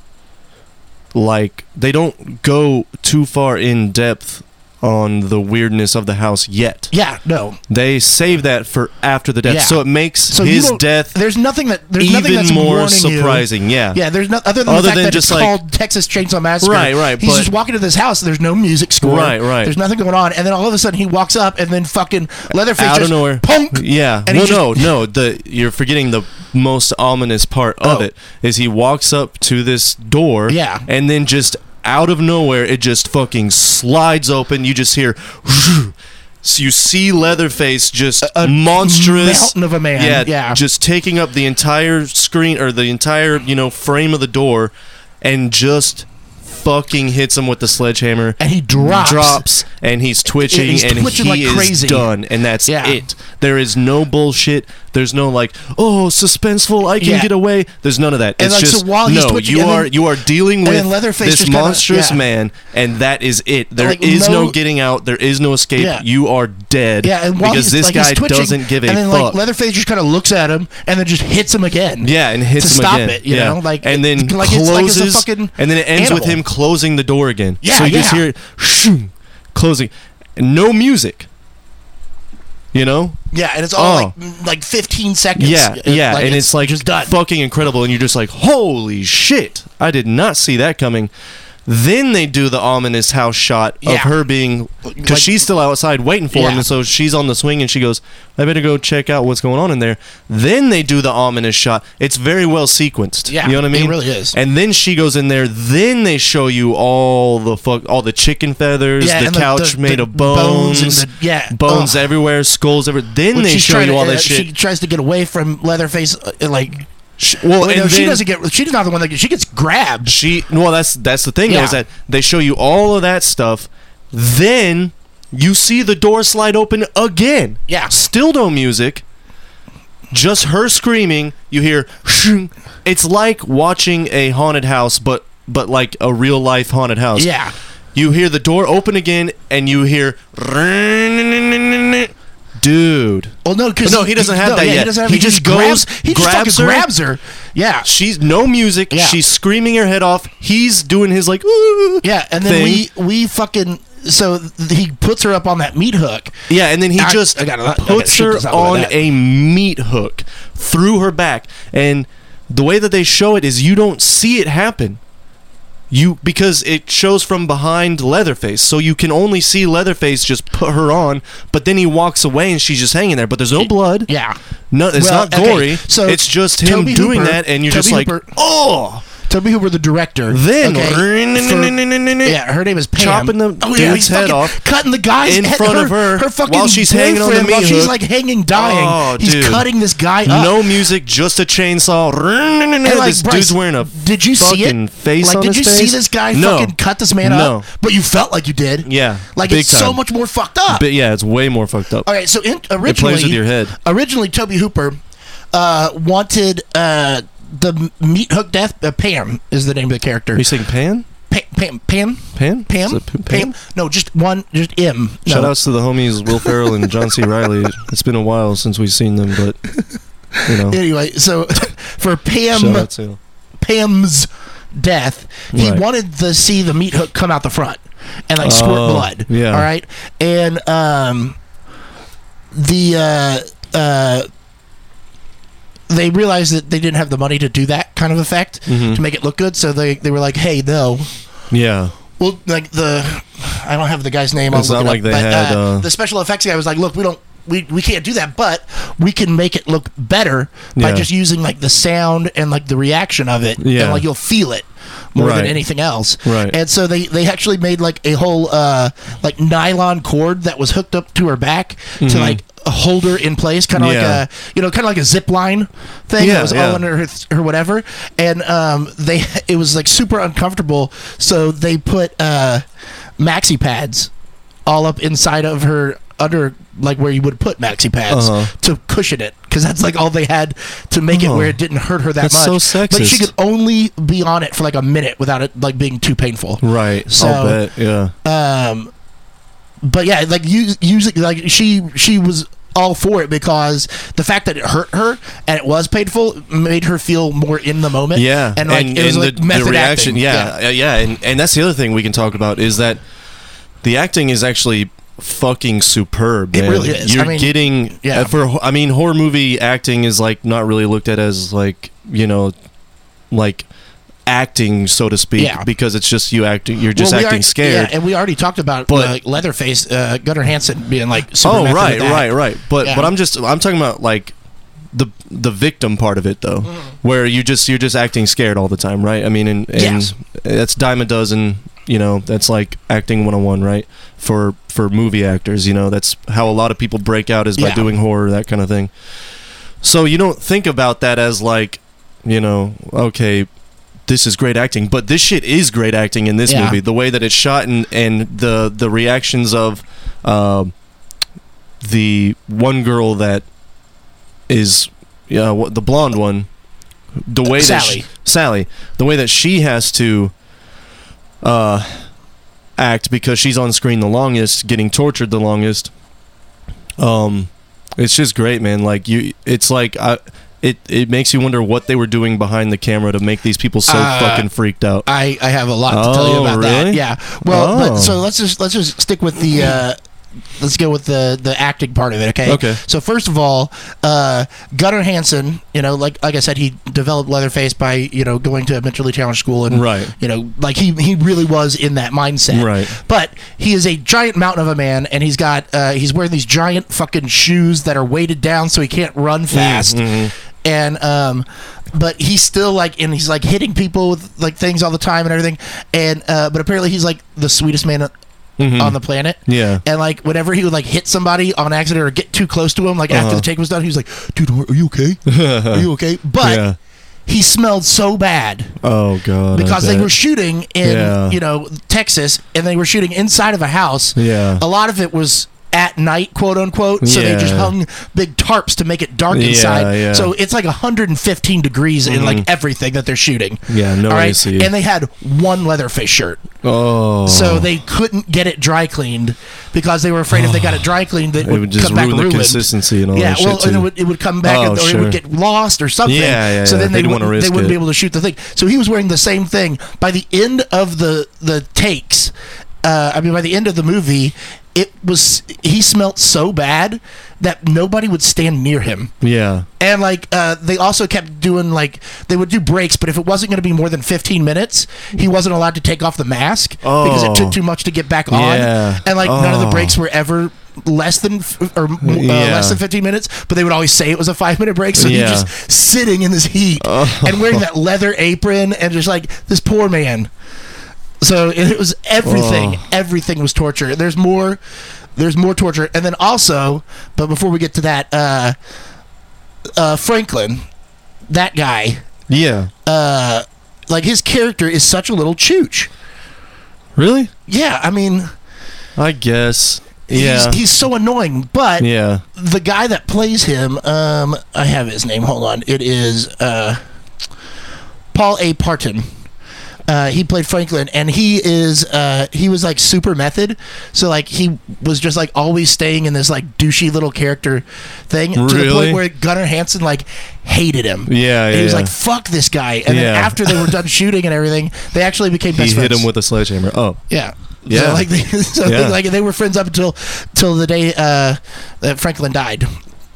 A: like they don't go too far in depth on the weirdness of the house yet.
B: Yeah, no.
A: They save that for after the death,
B: Yeah.
A: so it makes
B: So you
A: his
B: don't-
A: death
B: There's nothing that there's nothing
A: even
B: that's
A: more
B: warning you.
A: surprising. Yeah.
B: Yeah, there's no other than
A: Other
B: the fact
A: than
B: that
A: just,
B: it's
A: like-
B: called Texas Chainsaw Massacre.
A: Right, right,
B: He's
A: but-
B: just walking to this house. There's no music score.
A: Right, right.
B: There's nothing going on, and then all of a sudden he walks up, and then fucking Leatherface
A: Out of
B: just
A: nowhere,
B: punk.
A: Yeah.
B: And
A: well,
B: he
A: no, no. The you're forgetting the most ominous part of
B: Oh.
A: it is he walks up to this door.
B: Yeah.
A: And then just out of nowhere, it just fucking slides open. You just hear. (laughs) So you see Leatherface just
B: a
A: monstrous
B: mountain of a man.
A: Yeah,
B: Yeah.
A: Just taking up the entire screen or the entire you know frame of the door, and just fucking hits him with the sledgehammer
B: And he drops.
A: drops and he's twitching
B: He's
A: and
B: twitching
A: he
B: like
A: is
B: crazy.
A: done and that's
B: Yeah.
A: it there is no bullshit there's no like oh suspenseful i can
B: Yeah.
A: get away there's none of that
B: And,
A: it's
B: like, so
A: just
B: while he's
A: no
B: twitching
A: you
B: and
A: are
B: then-
A: you are dealing
B: and
A: with
B: then Leatherface
A: this
B: just kinda-
A: monstrous
B: yeah.
A: man and that is it There is
B: Like,
A: no,
B: no-
A: getting out there is no escape
B: Yeah.
A: you are dead
B: Yeah, and while
A: because
B: he's,
A: this
B: like,
A: guy
B: he's twitching,
A: doesn't give a
B: and then,
A: fuck
B: Like, Leatherface just kind of looks at him, and then just hits him again.
A: yeah, and hits
B: to
A: him
B: stop
A: again.
B: it, you
A: yeah.
B: know, like,
A: and then
B: it- (laughs) like it's- like it's a
A: closes,
B: fucking
A: and then it ends with
B: animal.
A: him closing the door again.
B: Yeah,
A: so you just
B: yeah.
A: hear it, shoo, closing, and no music. You know,
B: Yeah, and it's all
A: Oh.
B: like mm, like 15 seconds.
A: yeah,
B: It-
A: yeah, and it's, like
B: just done.
A: fucking incredible, and you're just like, holy shit, I did not see that coming. Then they do the ominous house shot of
B: Yeah.
A: her being, because
B: Like-
A: she's still outside waiting for him,
B: Yeah.
A: and so she's on the swing, and she goes, "I better go check out what's going on in there." Then they do the ominous shot. It's very well sequenced.
B: Yeah,
A: you know what I
B: it
A: mean.
B: really is.
A: And then she goes in there. Then they show you all the fuck, all the chicken feathers,
B: Yeah,
A: the
B: and the-
A: couch
B: the-
A: made
B: the
A: of bones,
B: bones and the- yeah,
A: bones
B: ugh.
A: everywhere, skulls everywhere. Then
B: When
A: they
B: she's
A: show
B: trying
A: you
B: to-
A: all
B: uh,
A: that shit.
B: She tries to get away from Leatherface. uh, uh, Like,
A: Sh- well,
B: wait,
A: and
B: no, she
A: then-
B: doesn't get. She's not the one that gets- she gets grabbed.
A: She well, that's that's the thing though,
B: Yeah.
A: is that they show you all of that stuff, then you see the door slide open again.
B: Yeah.
A: Still no music. Just her screaming. You hear. "Shing." It's like watching a haunted house, but but like a real life haunted house.
B: Yeah.
A: You hear the door open again, and you hear. Dude.
B: Well, no, because
A: No, he doesn't have that
B: yeah,
A: yet.
B: He, doesn't have
A: He
B: it.
A: just
B: grabs-
A: goes,
B: he just
A: grabs her.
B: fucking grabs her. Yeah,
A: She's no music.
B: Yeah.
A: She's screaming her head off. He's doing his like. (laughs) "Ooh,"
B: yeah, and then
A: thing.
B: we we fucking so th- he puts her up on that meat hook.
A: Yeah, and then he
B: I-
A: just
B: I gotta- I gotta
A: puts
B: shoot
A: her
B: this out with
A: on
B: that.
A: a meat hook through her back, and the way that they show it is you don't see it happen. You because it shows from behind Leatherface, so you can only see Leatherface just put her on, but then he walks away and she's just hanging there. But there's no blood.
B: Yeah,
A: no, it's
B: Well,
A: not
B: okay,
A: gory.
B: so
A: it's just him
B: Tobe
A: doing
B: Hooper-
A: that, and you're
B: Tobe
A: just like,
B: Hooper-
A: oh.
B: Toby Hooper, the director.
A: Then
B: okay, for- yeah, her name is Pam. Oh,
A: Chopping the dude's
B: he's
A: head
B: fucking
A: off
B: cutting the guy's
A: in
B: head,
A: front of her
B: her fucking
A: while she's hanging on the
B: boyfriend while
A: meat
B: she's
A: hook.
B: like hanging, dying.
A: Oh,
B: he's
A: dude.
B: cutting this guy up.
A: No music, just a chainsaw.
B: And, Ah. like,
A: this
B: Bryce,
A: dude's wearing a
B: Did you see
A: fucking
B: it?
A: face
B: like,
A: on
B: did
A: his
B: you
A: face?
B: see this guy
A: No.
B: fucking cut this man
A: No.
B: up? But you felt like you did.
A: Yeah,
B: like
A: big
B: it's so
A: time.
B: much more fucked up.
A: But yeah, it's way more fucked up.
B: All right, so in, originally,
A: with your head.
B: Originally, Toby Hooper uh, wanted uh, the m- meat hook death. Uh, Pam is the name of the character.
A: Are you saying pan?
B: Pa- Pam, Pam,
A: Pan? Is
B: Pam,
A: it p-
B: Pam.
A: Pam?
B: No, just one, just M. No.
A: Shout outs to the homies Will Ferrell and John
B: (laughs)
A: C. Riley. It's been a while since we've seen them, but you know,
B: Anyway, so (laughs) for
A: shout
B: Pam,
A: out to.
B: Pam's death, he
A: Right.
B: wanted to see the meat hook come out the front and like squirt
A: Oh,
B: blood.
A: yeah.
B: All right, and um, the uh, uh, they realized that they didn't have the money to do that kind of effect to
A: Mhm.
B: make it look good, so they they were like, hey, no,
A: Yeah,
B: Well, like the, I don't have the guy's name. I'll
A: It's
B: look
A: not
B: it up,
A: like they
B: but,
A: had,
B: uh,
A: uh,
B: the special effects guy was like, "Look, we don't, we, we can't do that, but we can make it look better by
A: Yeah.
B: just using like the sound and like the reaction of it,
A: Yeah.
B: and like you'll feel it more than
A: Right.
B: anything else."
A: Right.
B: And so they they actually made like a whole uh like nylon cord that was hooked up to her back to like hold her in place, kind of
A: Mm-hmm. Yeah.
B: like a you know kind of like a zip line thing
A: Yeah,
B: that was
A: yeah.
B: all under her, her whatever, and um, they (laughs) it was like super uncomfortable. So they put uh, maxi pads all up inside of her under like where you would put maxi pads
A: Uh-huh.
B: to cushion it because that's like all they had to make it
A: Oh.
B: where it didn't hurt her that
A: That's
B: much.
A: so
B: But she
A: sexist.
B: could only be on it for like a minute without it like being too painful.
A: right.
B: So-
A: I'll bet. Yeah,
B: Um, but yeah, like you using like she she was all for it because the fact that it hurt her and it was painful made her feel more in the moment.
A: yeah.
B: and like it was like method acting.
A: Yeah, yeah, yeah. And and that's the other thing we can talk about is that the acting is actually fucking superb.
B: It
A: man.
B: really is.
A: You're
B: I mean,
A: getting
B: yeah.
A: yeah. For I mean, horror movie acting is like not really looked at as like you know, like acting so to speak
B: Yeah.
A: because it's just you acting. You're just
B: Well, we
A: acting
B: already-
A: scared.
B: Yeah, and we already talked about
A: But-
B: uh, Leatherface, uh, Gunnar Hansen being like. Super
A: oh
B: method
A: right,
B: with that.
A: right, right. But
B: Yeah.
A: but I'm just I'm talking about like the the victim part of it though, where you just you're just acting scared all the time, right? I mean, and, and
B: Yes.
A: that's dime a dozen. You know, that's like acting 101, right? For for movie actors, you know, that's how a lot of people break out is by
B: Yeah.
A: doing horror, that kind of thing. So you don't think about that as like, you know, okay, this is great acting, but this shit is great acting in this
B: Yeah.
A: movie. The way that it's shot and and the the reactions of um, the one girl that is yeah wha- the blonde one, the way that
B: Sally.
A: she, Sally, the way that she has to uh, act because she's on screen the longest, getting tortured the longest. Um, it's just great, man. Like you, it's like I. It, it makes you wonder what they were doing behind the camera to make these people so
B: Uh,
A: fucking freaked out.
B: I, I have a lot to tell you
A: Oh,
B: about that.
A: really?
B: Yeah. Well, but,
A: Oh.
B: so let's just let's just stick with the uh, let's go with the the acting part of it. Okay.
A: Okay.
B: So first of all, uh, Gunnar Hansen, you know, like like I said, he developed Leatherface by you know going to a mentally challenged school and
A: Right.
B: you know like he he really was in that mindset.
A: Right.
B: But he is a giant mountain of a man, and he's got uh, he's wearing these giant fucking shoes that are weighted down so he can't run fast.
A: Mm-hmm.
B: And um, but he's still like, and he's like hitting people with like things all the time and everything. And uh, but apparently he's like the sweetest man on the planet.
A: Mm-hmm. Yeah.
B: And like whenever he would like hit somebody on accident or get too close to him, like after
A: Uh-huh. Uh,
B: the take was done, he was like, "Dude, are (laughs) you okay? Are you okay?"
A: (laughs)
B: But
A: Yeah.
B: he smelled so bad
A: Oh god. I
B: because they
A: bet.
B: were shooting in
A: Yeah.
B: you know Texas and they were shooting inside of a house.
A: Yeah.
B: a lot of it was at night, quote unquote. So they just
A: Yeah.
B: hung big tarps to make it dark
A: Yeah,
B: inside.
A: yeah. Mm-hmm.
B: So it's like 115 degrees in like everything that they're shooting.
A: Yeah, no
B: All right?
A: AC.
B: And they had one Leatherface shirt,
A: Oh.
B: so they couldn't get it dry cleaned because they were afraid if they got it dry cleaned, that it would,
A: would just
B: come back
A: ruin the
B: ruined.
A: consistency and all
B: Yeah,
A: that
B: well,
A: shit
B: and it
A: too.
B: would, it would come back,
A: Oh,
B: or it
A: sure.
B: would get lost or something.
A: Yeah, yeah,
B: So
A: yeah.
B: then they
A: They didn't
B: wouldn't,
A: wanna
B: they
A: risk
B: wouldn't
A: it.
B: be able to shoot the thing. So he was wearing the same thing by the end of the the takes. Uh, I mean, by the end of the movie, it was he smelt so bad that nobody would stand near him.
A: Yeah.
B: And like uh, they also kept doing like they would do breaks, but if it wasn't going to be more than fifteen minutes, he wasn't allowed to take off the mask because it
A: Oh.
B: took too much to get back on.
A: Yeah.
B: And like none of the
A: Oh.
B: breaks were ever less than f- or uh,
A: Yeah.
B: less than fifteen minutes, but they would always say it was a five minute break. So
A: Yeah. Oh.
B: he's just sitting in this heat and wearing that leather apron and just like this poor man. So it was everything.
A: Oh.
B: Everything was torture. There's more. There's more torture, and then also, but before we get to that, uh, uh, Franklin, that guy,
A: Yeah.
B: uh, like his character is such a little chooch.
A: Really?
B: Yeah, I mean,
A: I guess.
B: he's,
A: Yeah.
B: he's so annoying, but
A: yeah.
B: the guy that plays him, um, I have his name. Hold on, it is uh, Paul A. Parton. Uh, he played Franklin, and he is uh, he was like super method. So like he was just like always staying in this like douchey little character thing to the
A: Really?
B: point where Gunnar Hansen like hated him.
A: Yeah,
B: And he
A: yeah,
B: was
A: yeah.
B: like, "Fuck this guy." And then
A: Yeah.
B: after they were
A: (laughs)
B: done shooting and everything, they actually became
A: He
B: best
A: hit
B: friends.
A: him with a sledgehammer. Oh.
B: Yeah. So
A: Yeah.
B: like (laughs) they, so
A: Yeah.
B: like they were friends up until till the day uh, that Franklin died,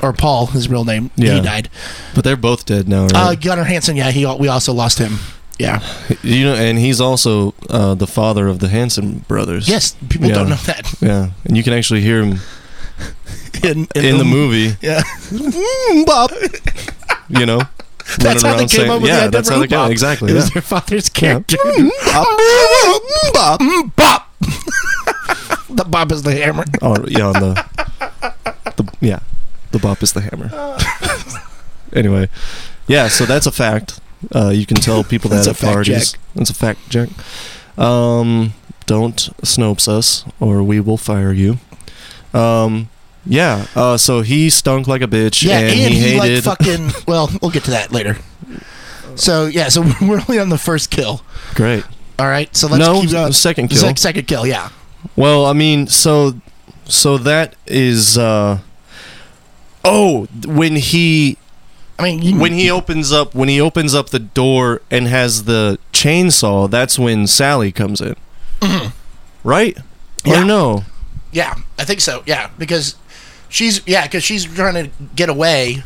B: or Paul, his real name, he
A: Yeah.
B: died.
A: But they're both dead now,
B: Uh,
A: right?
B: Gunnar Hansen, yeah, he al- we also lost him. Yeah.
A: you know, and he's also uh, the father of the Hanson brothers.
B: Yes, people
A: Yeah.
B: don't know that (laughs)
A: Yeah, and you can actually hear him
B: in,
A: in, the movie. Mm,
B: Yeah.
A: Bop.
B: (laughs)
A: You know. running
B: That's how they
A: around
B: came
A: saying-
B: up with
A: yeah,
B: the idea
A: that's
B: for
A: how they came
B: Bebop.
A: exactly.
B: It
A: Yeah. Mm,
B: was their father's character. (laughs) Mm,
A: Bop.
B: Bop. the bop (laughs) is the hammer.
A: Oh yeah, on the, the yeah, the bop is the
B: (laughs)
A: hammer. anyway, yeah, so that's a fact. Uh, you can tell people that
B: That's a
A: at
B: fact
A: parties.
B: check.
A: That's a fact check. Um, don't snopes us, or we will fire you. Um, yeah. Uh, so he stunk like a bitch,
B: Yeah,
A: and,
B: and,
A: he,
B: he like
A: hated.
B: fucking.
A: (laughs)
B: Well, we'll get to that later. So yeah, so (laughs) we're only on the first kill.
A: Great.
B: All right, so let's
A: no,
B: keep going.
A: second kill.
B: Sec- second kill, yeah.
A: Well, I mean, so so that is. Uh, oh, when he
B: I mean, you,
A: when he opens up when he opens up the door and has the chainsaw that's when sally comes in right
B: Mm-hmm. Yeah.
A: Or no?
B: Yeah, I think so. Yeah, because she's yeah, because she's trying to get away.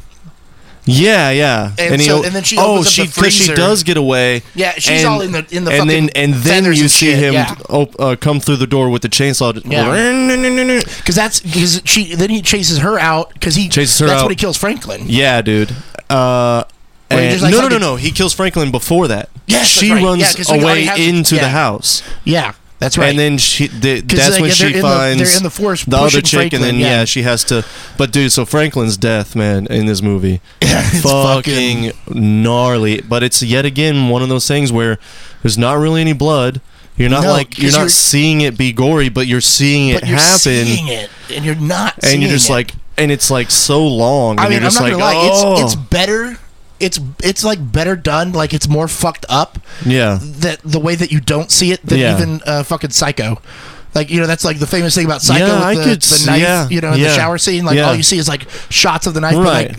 A: Yeah, yeah.
B: And
A: he
B: so-
A: o-
B: and then she
A: oh,
B: opens up
A: she
B: the
A: she
B: freezer.
A: does get away.
B: Yeah, she's all in the in the
A: and
B: fucking
A: then and then
B: feathers
A: you
B: and
A: see
B: shit,
A: him
B: yeah.
A: op- uh, come through the door with the chainsaw. Yeah,
B: Because that's because she then he chases her out because he
A: Chases her
B: That's
A: out.
B: when he kills Franklin.
A: dude. Uh,
B: Where he
A: and-
B: just, like,
A: no, no, no,
B: fucking-
A: no. He kills Franklin before that.
B: Yes,
A: she
B: that's right. Yeah, 'cause
A: runs
B: he
A: away
B: already has-
A: into
B: yeah.
A: the house,
B: Yeah, that's right.
A: and then she. Th-
B: 'Cause,
A: that's
B: like,
A: when
B: yeah,
A: she
B: they're in the-
A: finds
B: they're in the forest
A: other
B: pushing
A: chick, and then
B: Franklin,
A: yeah.
B: yeah.
A: she has to. But dude, so Franklin's death, man, in this
B: (laughs)
A: movie, fucking gnarly. But it's yet again one of those things where there's not really any blood. You're not
B: No,
A: like you're
B: 'cause
A: not
B: you're-
A: seeing it be gory, but you're seeing it
B: but you're
A: happen
B: seeing it, and you're not.
A: and you're
B: seeing
A: just
B: it.
A: like and it's like so long and
B: I mean,
A: you're just
B: I'm not
A: like
B: gonna lie,
A: oh
B: it's it's better. It's it's like better done. Like it's more fucked up
A: "Oh." yeah
B: that the way that you don't see it than
A: Yeah.
B: even uh, fucking Psycho. Like you know, that's like the famous thing about Psycho.
A: Yeah,
B: with
A: I
B: the,
A: could
B: the
A: s-
B: knife.
A: yeah,
B: you know, in
A: yeah,
B: the shower scene, like
A: yeah.
B: all you see is like shots of the knife.
A: Right.
B: But, like,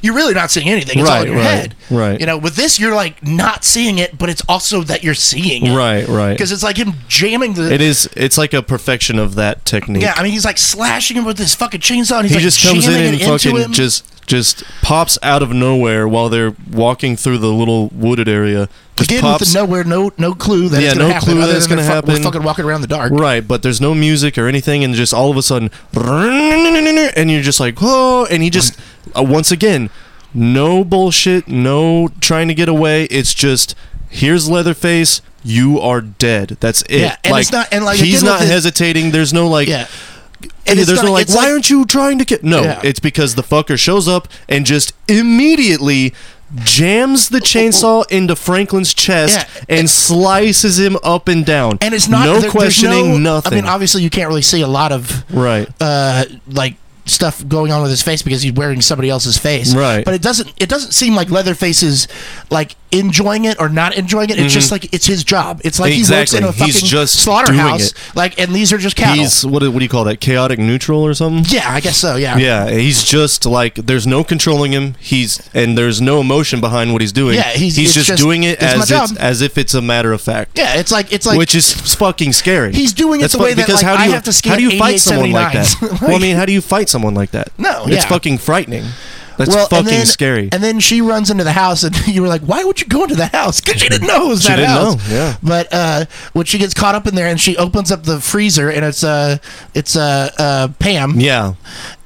B: you're really not seeing anything. It's all
A: Right,
B: in your
A: right,
B: head.
A: right.
B: You know, with this, you're like not seeing it, but it's also that you're seeing it.
A: right right
B: Because it's like him jamming the.
A: it is it's like a perfection of that technique
B: yeah, I mean, he's like slashing him with his fucking chainsaw. And he's
A: he
B: like
A: just comes in
B: jamming
A: and
B: it into
A: fucking
B: him.
A: just just pops out of nowhere while they're walking through the little wooded area just
B: Again,
A: pops
B: with the nowhere, no, no clue that
A: Yeah,
B: it's gonna
A: no
B: happen.
A: clue
B: other
A: that it's
B: than
A: gonna
B: they're fu-
A: happen.
B: We're fucking walking around in the dark.
A: Right, but there's no music or anything, and just all of a sudden, and you're just like, oh, and he just, uh, once again, no bullshit, no trying to get away. It's just, here's Leatherface, you are dead. That's it.
B: Yeah, and it's not- and, like,
A: he's
B: again,
A: not
B: with the-
A: hesitating. There's no like,
B: Yeah.
A: and
B: it's
A: there's
B: not-
A: no like,
B: it's
A: why
B: like-
A: aren't you trying to get? No,
B: Yeah.
A: it's because the fucker shows up and just immediately. Jams the chainsaw into Franklin's chest
B: Yeah.
A: and slices him up and down.
B: And it's not
A: no
B: there- there's
A: questioning,
B: no-
A: nothing.
B: I mean, obviously, you can't really see a lot of
A: Right.
B: uh, like stuff going on with his face because he's wearing somebody else's face.
A: Right.
B: But it doesn't it doesn't seem like Leatherface is like enjoying it or not enjoying it. It's just like it's his job. It's like
A: Mm-hmm. Exactly.
B: he works in a
A: He's
B: fucking
A: just doing
B: slaughterhouse.
A: it.
B: Like and these are just cattle.
A: He's what do, what do you call that? Chaotic neutral or something?
B: yeah, I guess so, yeah.
A: Yeah, he's just like there's no controlling him. He's and there's no emotion behind what he's doing.
B: Yeah, he's-
A: he's
B: it's
A: just,
B: just,
A: doing it
B: "It's my
A: as it's,
B: job."
A: as if it's a matter of fact.
B: Yeah, it's like it's like
A: which is fucking scary.
B: He's doing it the
A: fu-
B: way that, like, I have to scan
A: how do you fight someone like that?
B: (laughs) 8879s.
A: well, I mean, how do you fight someone like that?
B: No,
A: it's
B: yeah.
A: fucking frightening. That's fucking
B: and then-
A: scary.
B: And then she runs into the house, and (laughs) you were like, "Why would you go into the house?" Because she didn't know it was
A: She
B: that
A: didn't
B: house.
A: know, yeah.
B: But uh, when she gets caught up in there, and she opens up the freezer, and it's uh, it's uh, uh, Pam,
A: yeah,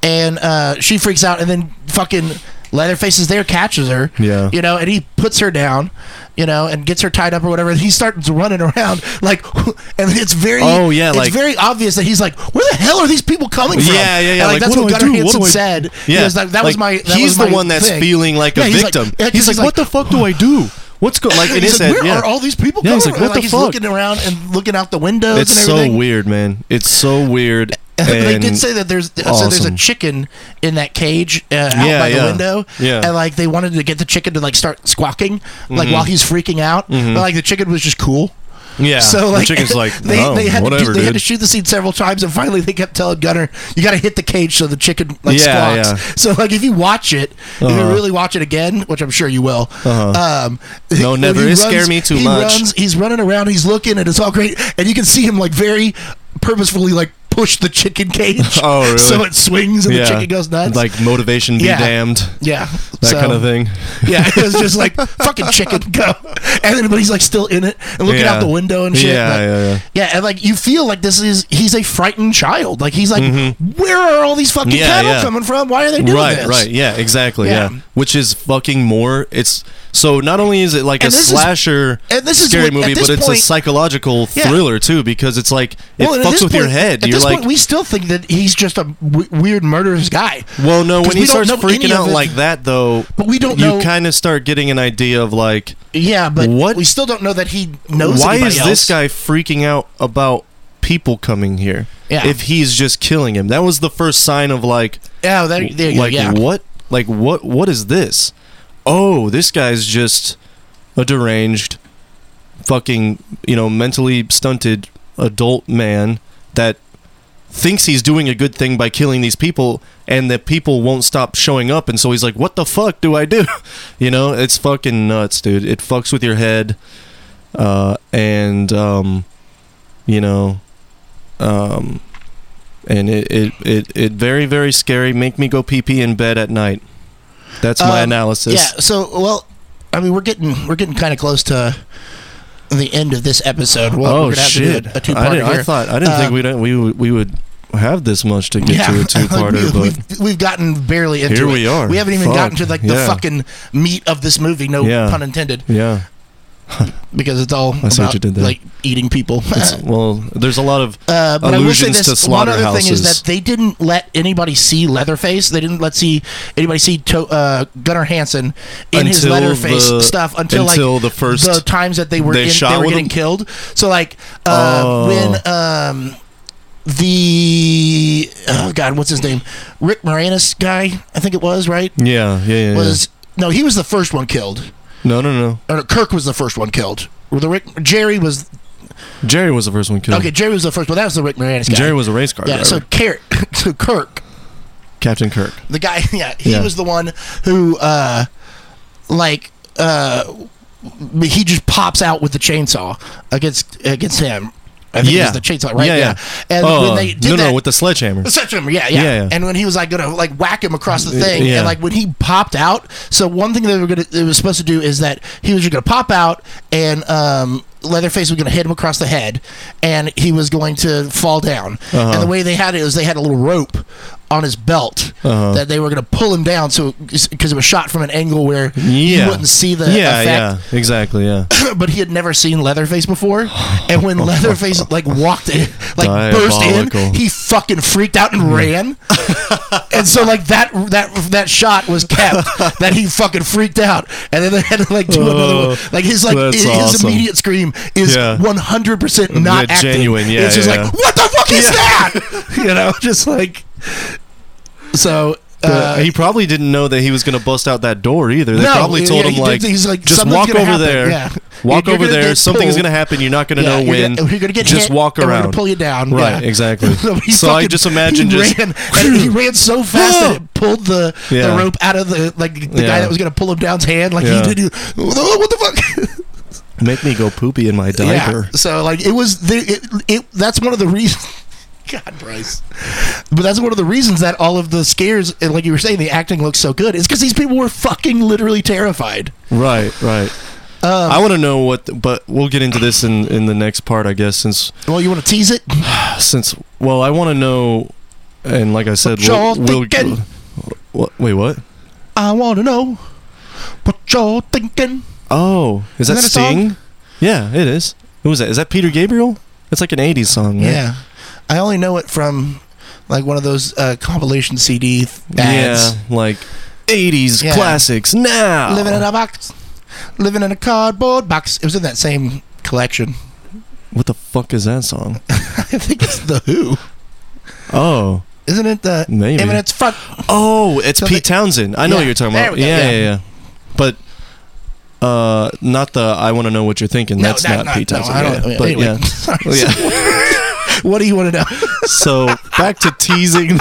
B: and uh, she freaks out, and then fucking Leatherface is there, catches her,
A: Yeah.
B: you know, and he puts her down. You know, and gets her tied up or whatever. (laughs) And he starts running around like, (laughs) and it's very
A: Oh, yeah,
B: it's
A: like-
B: very obvious that he's like, where the hell are these people coming from?
A: Yeah, yeah, yeah,
B: And, like,
A: like,
B: that's
A: what
B: what,
A: do I
B: Gunnar
A: do? What
B: Hansen
A: do I-
B: said.
A: yeah,
B: He was like, that
A: Like,
B: was my. That
A: he's
B: was
A: the
B: my
A: one that's
B: thing.
A: feeling like
B: Yeah,
A: a
B: he's
A: victim.
B: yeah, 'cause
A: he's, like, what the fuck do I do? What's going like? And
B: He's
A: it's
B: like,
A: that-
B: where
A: yeah.
B: are all these people
A: Yeah,
B: coming
A: he's like,
B: from?
A: what the
B: he's
A: fuck?
B: looking around and looking out the windows
A: It's
B: and
A: so
B: everything.
A: weird, man. It's so weird.
B: (laughs) they
A: and-
B: did say that there's so there's
A: awesome.
B: a chicken in that cage uh, out
A: Yeah,
B: by the
A: yeah.
B: window,
A: Yeah.
B: and like they wanted to get the chicken to like start squawking, like
A: Mm-hmm.
B: while he's freaking out, but like the chicken was just cool.
A: Yeah.
B: so like
A: the chicken's like,
B: (laughs) they,
A: "No,
B: they had
A: whatever,
B: to, do- they had
A: dude."
B: to shoot the scene several times, and finally they kept telling Gunner, "You got to hit the cage so the chicken like
A: Yeah,
B: squawks."
A: yeah.
B: So like if you watch it, if
A: Uh-huh.
B: you really watch it again, which I'm sure you will. Um,
A: No,
B: when
A: never.
B: he
A: It scared me too
B: he
A: much.
B: Runs, he's running around. He's looking, and it's all great. And you can see him like very purposefully like push the chicken cage.
A: (laughs) Oh, really?
B: (laughs) So it swings, and
A: Yeah.
B: the chicken goes nuts.
A: Like motivation be
B: Yeah.
A: damned,
B: yeah,
A: that
B: so-
A: kind of thing.
B: yeah,
A: (laughs)
B: it was just like fucking chicken go, and then but he's like still in it and looking
A: Yeah.
B: out the window and shit.
A: Yeah,
B: but-
A: yeah, yeah.
B: and like you feel like this is he's a frightened child. Like he's like, where are all these fucking
A: Mm-hmm. Yeah,
B: cattle
A: yeah.
B: coming from? Why are they doing
A: Right,
B: this?
A: right. Yeah, exactly. Yeah.
B: Yeah.
A: Which is fucking more. It's so not only is it like
B: And
A: a
B: this is-
A: slasher
B: and this is
A: scary
B: what- at
A: movie,
B: this
A: but it's a
B: point-
A: psychological
B: Yeah.
A: thriller too because it's like it
B: Well, and at
A: fucks
B: this
A: with your
B: point-
A: head.
B: At
A: You're
B: this
A: like,
B: point, we still think that he's just a w- weird murderous guy.
A: well, no.
B: 'Cause
A: When he
B: we don't
A: starts
B: know any
A: freaking
B: of
A: out
B: it.
A: like that, though,
B: But we don't
A: you
B: know-
A: kind of start getting an idea of like,
B: Yeah, but
A: What-
B: we still don't know that he knows.
A: why
B: anybody
A: is this
B: else.
A: guy freaking out about people coming here
B: Yeah.
A: if he's just killing him that was the first sign of like
B: Yeah, Oh, there, there you go,
A: like
B: yeah.
A: what like what what is this oh this guy's just a deranged fucking you know mentally stunted adult man that thinks he's doing a good thing by killing these people and the people won't stop showing up and so he's like what the fuck do i do you know it's fucking nuts dude it fucks with your head uh and um you know um, and it, it it it very very scary. Make me go pee pee in bed at night. That's my
B: Um,
A: analysis.
B: Yeah. So, well, I mean, we're getting we're getting kind of close to the end of this episode. Well,
A: oh
B: we're gonna
A: shit!
B: Have to do a, a
A: I,
B: two-parter
A: didn't, I
B: here.
A: thought I didn't think
B: Um,
A: we don't we would- we would have this much to get to a two parter,
B: (laughs) Like, we-
A: but
B: we've, we've gotten barely into
A: Here
B: it.
A: we are.
B: We haven't even
A: Fuck.
B: gotten to like the
A: Yeah.
B: fucking meat of this movie. No
A: Yeah.
B: pun intended,
A: yeah.
B: because it's all
A: I
B: about
A: see what you did there.
B: like eating people. (laughs)
A: It's- well, there's a lot of
B: Uh, but I will say
A: Allusions
B: this:
A: to
B: one other thing is
A: slaughterhouses.
B: that they didn't let anybody see Leatherface. They didn't let see anybody see to- uh, Gunnar Hansen in his
A: Until
B: Leatherface
A: the-
B: stuff until,
A: until
B: like
A: the first-
B: the times that they were
A: they
B: in,
A: shot
B: they were
A: with
B: getting
A: him?
B: killed. So like uh,
A: Oh.
B: when um, the oh god, what's his name? Rick Moranis guy, I think it was right.
A: yeah, yeah, yeah, yeah.
B: Was no, he was the first one killed.
A: no, no, no.
B: Or no, Kirk was the first one killed. The Rick Jerry was
A: Jerry was the first one killed.
B: okay. Jerry was the first one. That was the Rick Moranis guy.
A: Jerry was a race car
B: Yeah,
A: driver.
B: so Kirk, (laughs) so Kirk,
A: Captain Kirk.
B: the guy, (laughs) yeah, he
A: Yeah.
B: was the one who, uh, like, uh, he just pops out with the chainsaw against against him. I think
A: Yeah.
B: it was the chainsaw, right?
A: Yeah, yeah.
B: And
A: oh,
B: when they did
A: no,
B: that,
A: no, with the sledgehammer.
B: the sledgehammer, yeah, yeah,
A: Yeah, yeah.
B: And when he was like gonna like whack him across the
A: Y-
B: thing,
A: yeah.
B: and like when he popped out, so one thing they were gonna they were supposed to do is that he was just gonna pop out and um. Leatherface was going to hit him across the head, and he was going to fall down.
A: Uh-huh.
B: And the way they had it was they had a little rope on his belt
A: Uh-huh.
B: that they were going to pull him down, so because it was shot from an angle where
A: Yeah.
B: (laughs) you wouldn't see the
A: yeah,
B: effect
A: yeah, exactly, yeah.
B: but he had never seen Leatherface before. And
A: (laughs)
B: when Leatherface like walked in, like burst in,
A: Diabolical.
B: he fucking freaked out
A: (laughs)
B: and ran. and so like that that that shot was kept that he fucking freaked out, and then they had to like do another one.
A: Oh,
B: Like his like
A: that's
B: his
A: awesome.
B: immediate scream is
A: Yeah.
B: one hundred percent not
A: Yeah,
B: acting.
A: genuine, yeah,
B: it's just
A: yeah, yeah.
B: like what the fuck is
A: (laughs)
B: that? (laughs) you know, just like so.
A: Uh, he probably didn't know that he was going to bust out that door either. They
B: No,
A: probably told
B: yeah,
A: him
B: he
A: like,
B: did- he's like,
A: just
B: "Something's
A: walk
B: gonna
A: over
B: happen,"
A: there,
B: yeah.
A: walk
B: You're
A: over
B: gonna
A: there.
B: get
A: Something's
B: pulled.
A: going to happen. You're not going to
B: Yeah,
A: know
B: you're
A: when.
B: gonna- you're gonna get
A: just
B: hit,
A: walk
B: and we're
A: around.
B: gonna pull you down,
A: Right,
B: yeah. (laughs)
A: exactly. so
B: he
A: I
B: fucking-
A: just imagine
B: he
A: just
B: ran,
A: (laughs)
B: and he ran so fast that it pulled the,
A: Yeah.
B: the rope out of the like the guy
A: Yeah.
B: that was gonna pull him down's hand. Like
A: Yeah.
B: he did, he- what the fuck? (laughs)
A: make me go poopy in my diaper.
B: So like it was the, it, it that's one of the reasons. (laughs) God, Bryce. But that's one of the reasons that all of the scares, and like you were saying, the acting looks so good. Is because these people were fucking literally terrified. Uh,
A: Right, right. I want to know what, the- but we'll get into this in in the next part, I guess. Since
B: Well, you want to tease it?
A: since well, I want to know, and like I said,
B: y'all
A: we'll, we'll
B: thinking?
A: What- wait, what?
B: I want to know what you're thinking.
A: Oh, is
B: Isn't
A: that
B: that a song?
A: Sting? Yeah, it is. Who was that? Is that Peter Gabriel? That's like an '80s song. Right?
B: Yeah, I only know it from like one of those uh, compilation CD th- ads.
A: Yeah, like 80s
B: Yeah.
A: classics now.
B: Living in a box, living in a cardboard box. It was in that same collection. (laughs)
A: what the fuck is that song?
B: I think it's the Who,
A: Oh,
B: isn't it? The
A: Maybe.
B: Eminence Front.
A: oh, it's
B: So
A: Pete
B: they-
A: Townsend. I know
B: Yeah,
A: what you're talking
B: there
A: about.
B: we go,
A: Yeah,
B: yeah.
A: yeah, yeah, But uh, not the I want to know what you're thinking.
B: No,
A: That's
B: that-
A: not,
B: not-
A: Pete
B: no,
A: Townsend.
B: I don't-
A: yeah,
B: yeah,
A: but
B: anyway. (laughs)
A: yeah.
B: Sorry.
A: Well, yeah.
B: What do you want
A: (laughs)
B: to know?
A: so back to
B: (laughs)
A: teasing.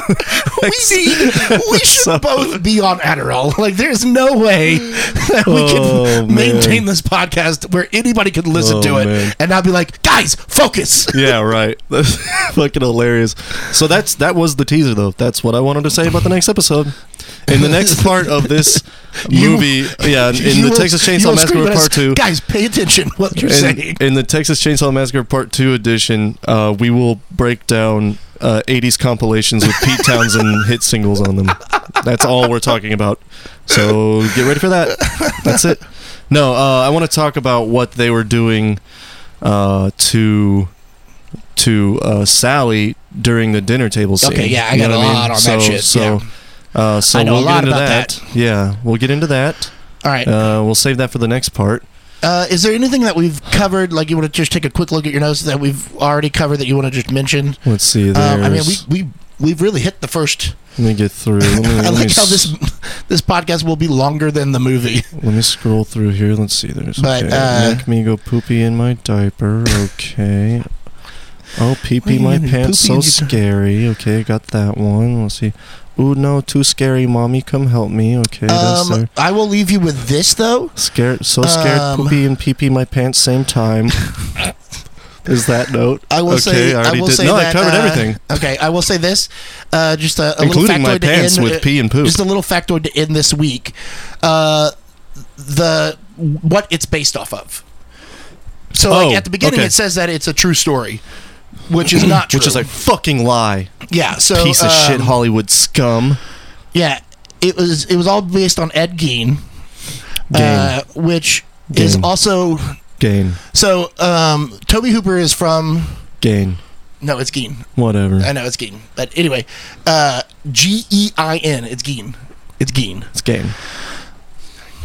B: we need.
A: (laughs)
B: We should
A: So-
B: both be on Adderall. Like, there's no way (laughs) that we can
A: Oh, man.
B: maintain this podcast where anybody can listen
A: Oh,
B: to it
A: man.
B: and not be like, guys, focus.
A: yeah, right. That's fucking hilarious. So that's that was the teaser though. That's what I wanted to say about the next episode. In the next part of this
B: (laughs) You-
A: movie, yeah, in
B: You
A: the
B: will-
A: Texas
B: you will
A: Chainsaw Massacre
B: scream at us,
A: Part Two.
B: Guys, pay attention (laughs) what you're
A: In,
B: saying.
A: in the Texas Chainsaw Massacre Part Two edition, uh, we will break down uh, '80s compilations with Pete Townsend hit singles on them. That's all we're talking about. So get ready for that. That's it. No, uh, I want to talk about what they were doing uh, to to uh, Sally during the dinner table scene.
B: Okay, yeah, I got
A: know
B: a
A: what
B: lot on
A: so,
B: that shit,
A: So, uh, so
B: I know a
A: we'll get
B: lot
A: into
B: about
A: that. Yeah, we'll get into that.
B: All right.
A: Uh, we'll save that for the next part.
B: Uh, is there anything that we've covered? Like, you want to just take a quick look at your notes that we've already covered that you want to just mention?
A: Let's see.
B: Um, I mean,
A: there's-
B: we we we've really hit the first.
A: Let me get through.
B: (laughs)
A: Let me,
B: I
A: let me
B: like how
A: s-
B: this this podcast will be longer than the movie.
A: Let me scroll through here. Let's see. There's
B: But,
A: okay.
B: uh,
A: make me go poopy in my diaper. Okay. Oh, pee pee
B: Why
A: my
B: you gotta
A: pants
B: poopy in
A: so
B: your di-
A: scary. Okay, got that one. Let's see. Ooh no, too scary, mommy, come help me. Okay, that's
B: Um,
A: there.
B: I will leave you with this though.
A: Scared, so scared,
B: um, (laughs)
A: poopy and pee pee my pants same time. Is that note?
B: I will
A: okay,
B: say,
A: I
B: I,
A: already
B: will
A: did.
B: say
A: no, I
B: that,
A: covered
B: uh,
A: everything,
B: Okay, I will say this, uh, just a, a little
A: including
B: factoid
A: my
B: to
A: pants
B: end,
A: with
B: uh,
A: pee and poop.
B: Just a little factoid to end this week. Uh, the what it's based off of. So like
A: Oh,
B: at the beginning,
A: okay.
B: it says that it's a true story, which is not true.
A: (clears throat) which is a fucking lie.
B: yeah, so
A: Piece of shit
B: um,
A: Hollywood scum.
B: Yeah, it was it was all based on Ed Gein, uh, which is
A: Gain.
B: also
A: Gain.
B: so. Um, Toby Hooper is from
A: Gain.
B: no, it's Gein.
A: Whatever.
B: I know it's Gein, but anyway, uh, G E I N. It's Gein. It's Gein.
A: It's gain.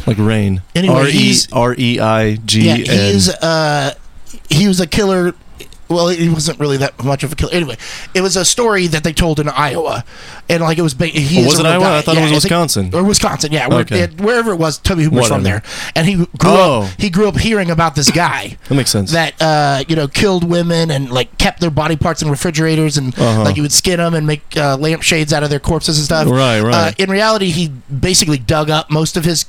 A: Like rain.
B: Anyway,
A: R E
B: he's-
A: R E I G
B: Yeah,
A: N.
B: he's uh, he was a killer. Well, he wasn't really that much of a killer. Anyway, it was a story that they told in Iowa, and like it was. Ba- he
A: Oh,
B: is
A: was
B: a
A: it
B: real
A: Iowa?
B: guy.
A: I thought it was
B: think-
A: Wisconsin.
B: or Wisconsin. Yeah, where,
A: Okay.
B: it- wherever it was, Toby Hooper's from
A: Whatever.
B: there, and he grew
A: Oh.
B: up. He grew up hearing about this guy.
A: That makes sense.
B: that uh, you know killed women and like kept their body parts in refrigerators and
A: Uh-huh.
B: like you would skin them and make uh, lampshades out of their corpses and stuff.
A: Right,
B: Uh,
A: right.
B: in reality, he basically dug up most of his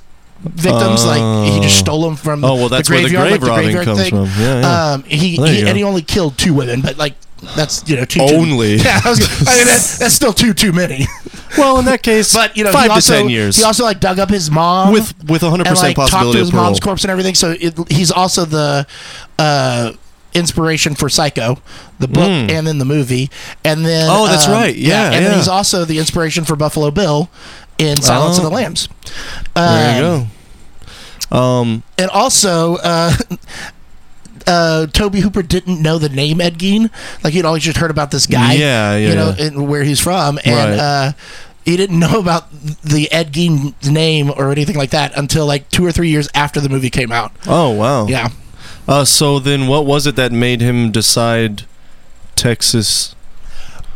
B: victims. like he just
A: Oh.
B: stole them from.
A: oh well, that's
B: the
A: where the
B: graveyard,
A: grave
B: like, the
A: robbing
B: graveyard
A: comes
B: thing.
A: from. Yeah, yeah.
B: Um, he,
A: Well, there
B: he
A: you
B: and
A: go.
B: he only killed two women, but like that's you know two too-
A: Only.
B: (laughs) yeah, I, was gonna, I mean that, that's still two too many. (laughs)
A: well, in that case,
B: But you know,
A: five
B: he
A: to
B: also,
A: ten years
B: He also like dug up his mom
A: with with a hundred
B: and
A: percent
B: like talked to
A: possibility
B: his
A: of parole.
B: mom's corpse and everything. So it, he's also the uh, inspiration for Psycho, the book,
A: Mm.
B: and then the movie, and then um,
A: Oh, that's right. Yeah,
B: and
A: yeah.
B: then he's also the inspiration for Buffalo Bill in Silence
A: Oh.
B: of the Lambs.
A: there you
B: Um,
A: go. Um,
B: And also. Uh, (laughs) Uh, Toby Hooper didn't know the name Ed Gein. Like he'd always just heard about this guy,
A: Yeah, yeah,
B: you know,
A: yeah.
B: and where he's from, and
A: Right.
B: uh, he didn't know about the Ed Gein name or anything like that until like two or three years after the movie came out.
A: oh wow.
B: Yeah.
A: Uh, so then, what was it that made him decide Texas?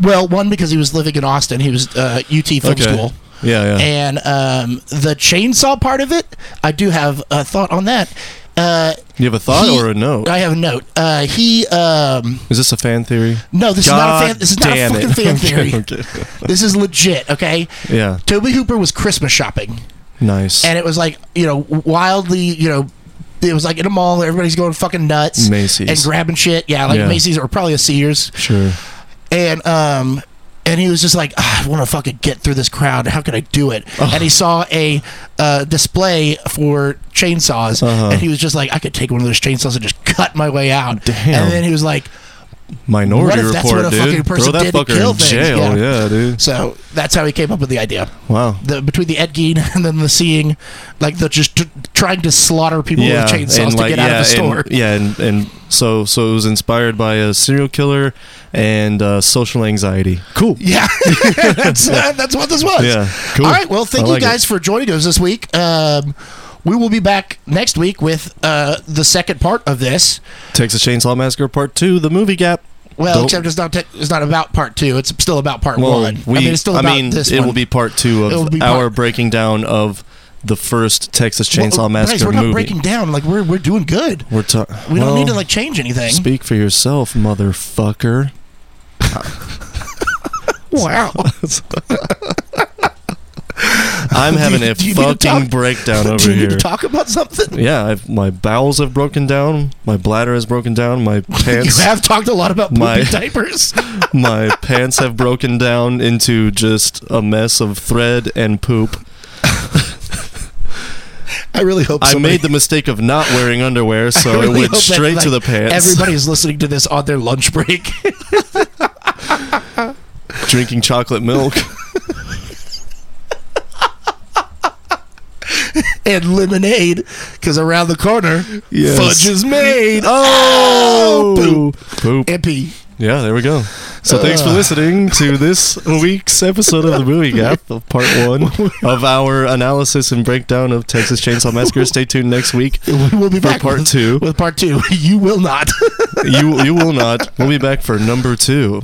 B: Well, one because he was living in Austin, he was uh, UT film
A: Okay.
B: school,
A: Yeah, yeah.
B: and um, the chainsaw part of it, I do have a thought on that. Uh,
A: you have a thought
B: he-
A: or a note?
B: I have a note. Uh, he um,
A: Is this a fan theory?
B: no, this is not a fan. This is not a
A: damn
B: fucking
A: it.
B: fan
A: (laughs) Okay,
B: theory.
A: okay.
B: This is legit. Okay.
A: Yeah,
B: Toby Hooper was Christmas shopping,
A: nice.
B: and it was like you know wildly you know. It was like in a mall, everybody's going fucking nuts
A: Macy's.
B: and grabbing shit. Yeah, like
A: Yeah.
B: Macy's or probably a Sears.
A: sure.
B: and um and he was just like "Ah, i want to fucking get through this crowd how can i do it
A: Oh.
B: and he saw a uh, display for chainsaws
A: Uh-huh.
B: and he was just like i could take one of those chainsaws and just cut my way out
A: Damn.
B: and then he was like
A: Minority
B: What if that's
A: Report,
B: what a
A: dude.
B: fucking person
A: Throw that
B: did to
A: fucker
B: kill
A: in
B: things?
A: jail.
B: Yeah.
A: yeah, dude.
B: so that's how he came up with the idea
A: Wow.
B: the, between the Ed Gein (laughs) and then the seeing, like the just t- trying to slaughter people with chainsaws to get out of the store.
A: (laughs) And, yeah, and, and so so it was inspired by a serial killer and uh, social anxiety.
B: (laughs)
A: Cool.
B: Yeah, (laughs) that's that's what this was.
A: Yeah, cool.
B: All right. Well, thank
A: I
B: you
A: like
B: guys for joining us this week. Um, we will be back next week with uh, the second part of this.
A: Texas Chainsaw Massacre Part Two: The Movie Gap.
B: Well,
A: Don't-
B: except it's not te- it's not about part two. It's still about part
A: Well,
B: one.
A: we.
B: I mean, it's still about this.
A: it
B: one.
A: will be part two
B: It will
A: of
B: be
A: our
B: part-
A: breaking down of the first Texas Chainsaw
B: Well, guys,
A: Massacre
B: we're
A: movie.
B: not breaking down. Like we're we're doing good.
A: We're ta-
B: We don't
A: well,
B: need to like change anything.
A: Speak for yourself, motherfucker.
B: wow.
A: I'm having a
B: (laughs) do you need to
A: fucking
B: talk?
A: breakdown over
B: (laughs) Do you
A: here.
B: need to talk about something?
A: Yeah, I've, my bowels have broken down. My bladder has broken down. My pants,
B: (laughs) You have talked a lot about pooping
A: My-
B: diapers.
A: (laughs) my pants have broken down into just a mess of thread and poop.
B: I really hope
A: I
B: somebody-
A: made the mistake of not wearing underwear,
B: (laughs) I
A: so
B: really
A: it went
B: hope that,
A: straight to the
B: like,
A: pants.
B: Everybody is listening to this on their lunch break.
A: (laughs) drinking chocolate milk.
B: and lemonade because around the corner,
A: Yes.
B: (laughs) fudge is made.
A: Oh,
B: Poop.
A: poop.
B: Epi.
A: Yeah, there we go. So thanks for
B: Ugh.
A: listening to this week's episode of the Movie Gap, of part one of our analysis and breakdown of Texas Chainsaw Massacre. Stay tuned next week.
B: We'll be
A: For
B: back
A: part
B: with,
A: two.
B: With part two, (laughs) you will not.
A: You you will not. We'll be back for number two.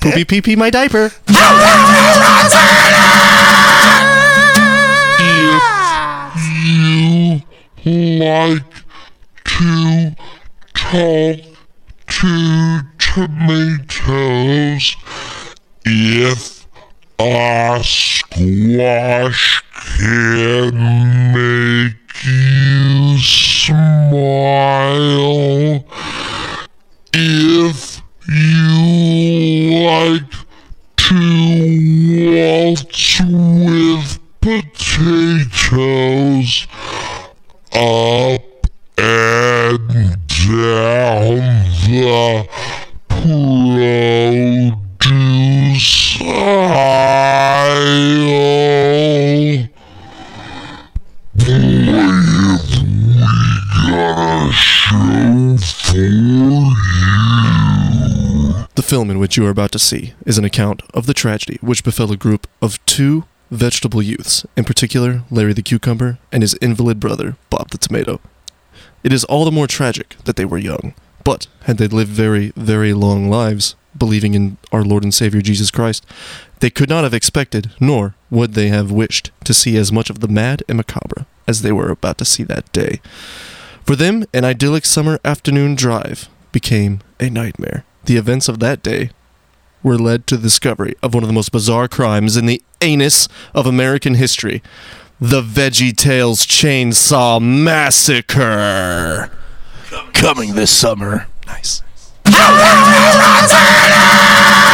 A: Poopy pee pee my diaper.
D: like to talk to tomatoes if a squash can make you smile. up and down the produce aisle. Boy, have we got a show for you.
A: The film in which you are about to see is an account of the tragedy which befell a group of two vegetable youths, in particular Larry the Cucumber and his invalid brother Bob the Tomato. It is all the more tragic that they were young, but had they lived very, very long lives, believing in our Lord and Savior Jesus Christ, they could not have expected, nor would they have wished, to see as much of the mad and macabre as they were about to see that day. For them, an idyllic summer afternoon drive became a nightmare. The events of that day were led to the discovery of one of the most bizarre crimes in the anus of American history the Veggie Tales Chainsaw Massacre.
B: Coming this summer.
A: Nice.
C: How will you not see it?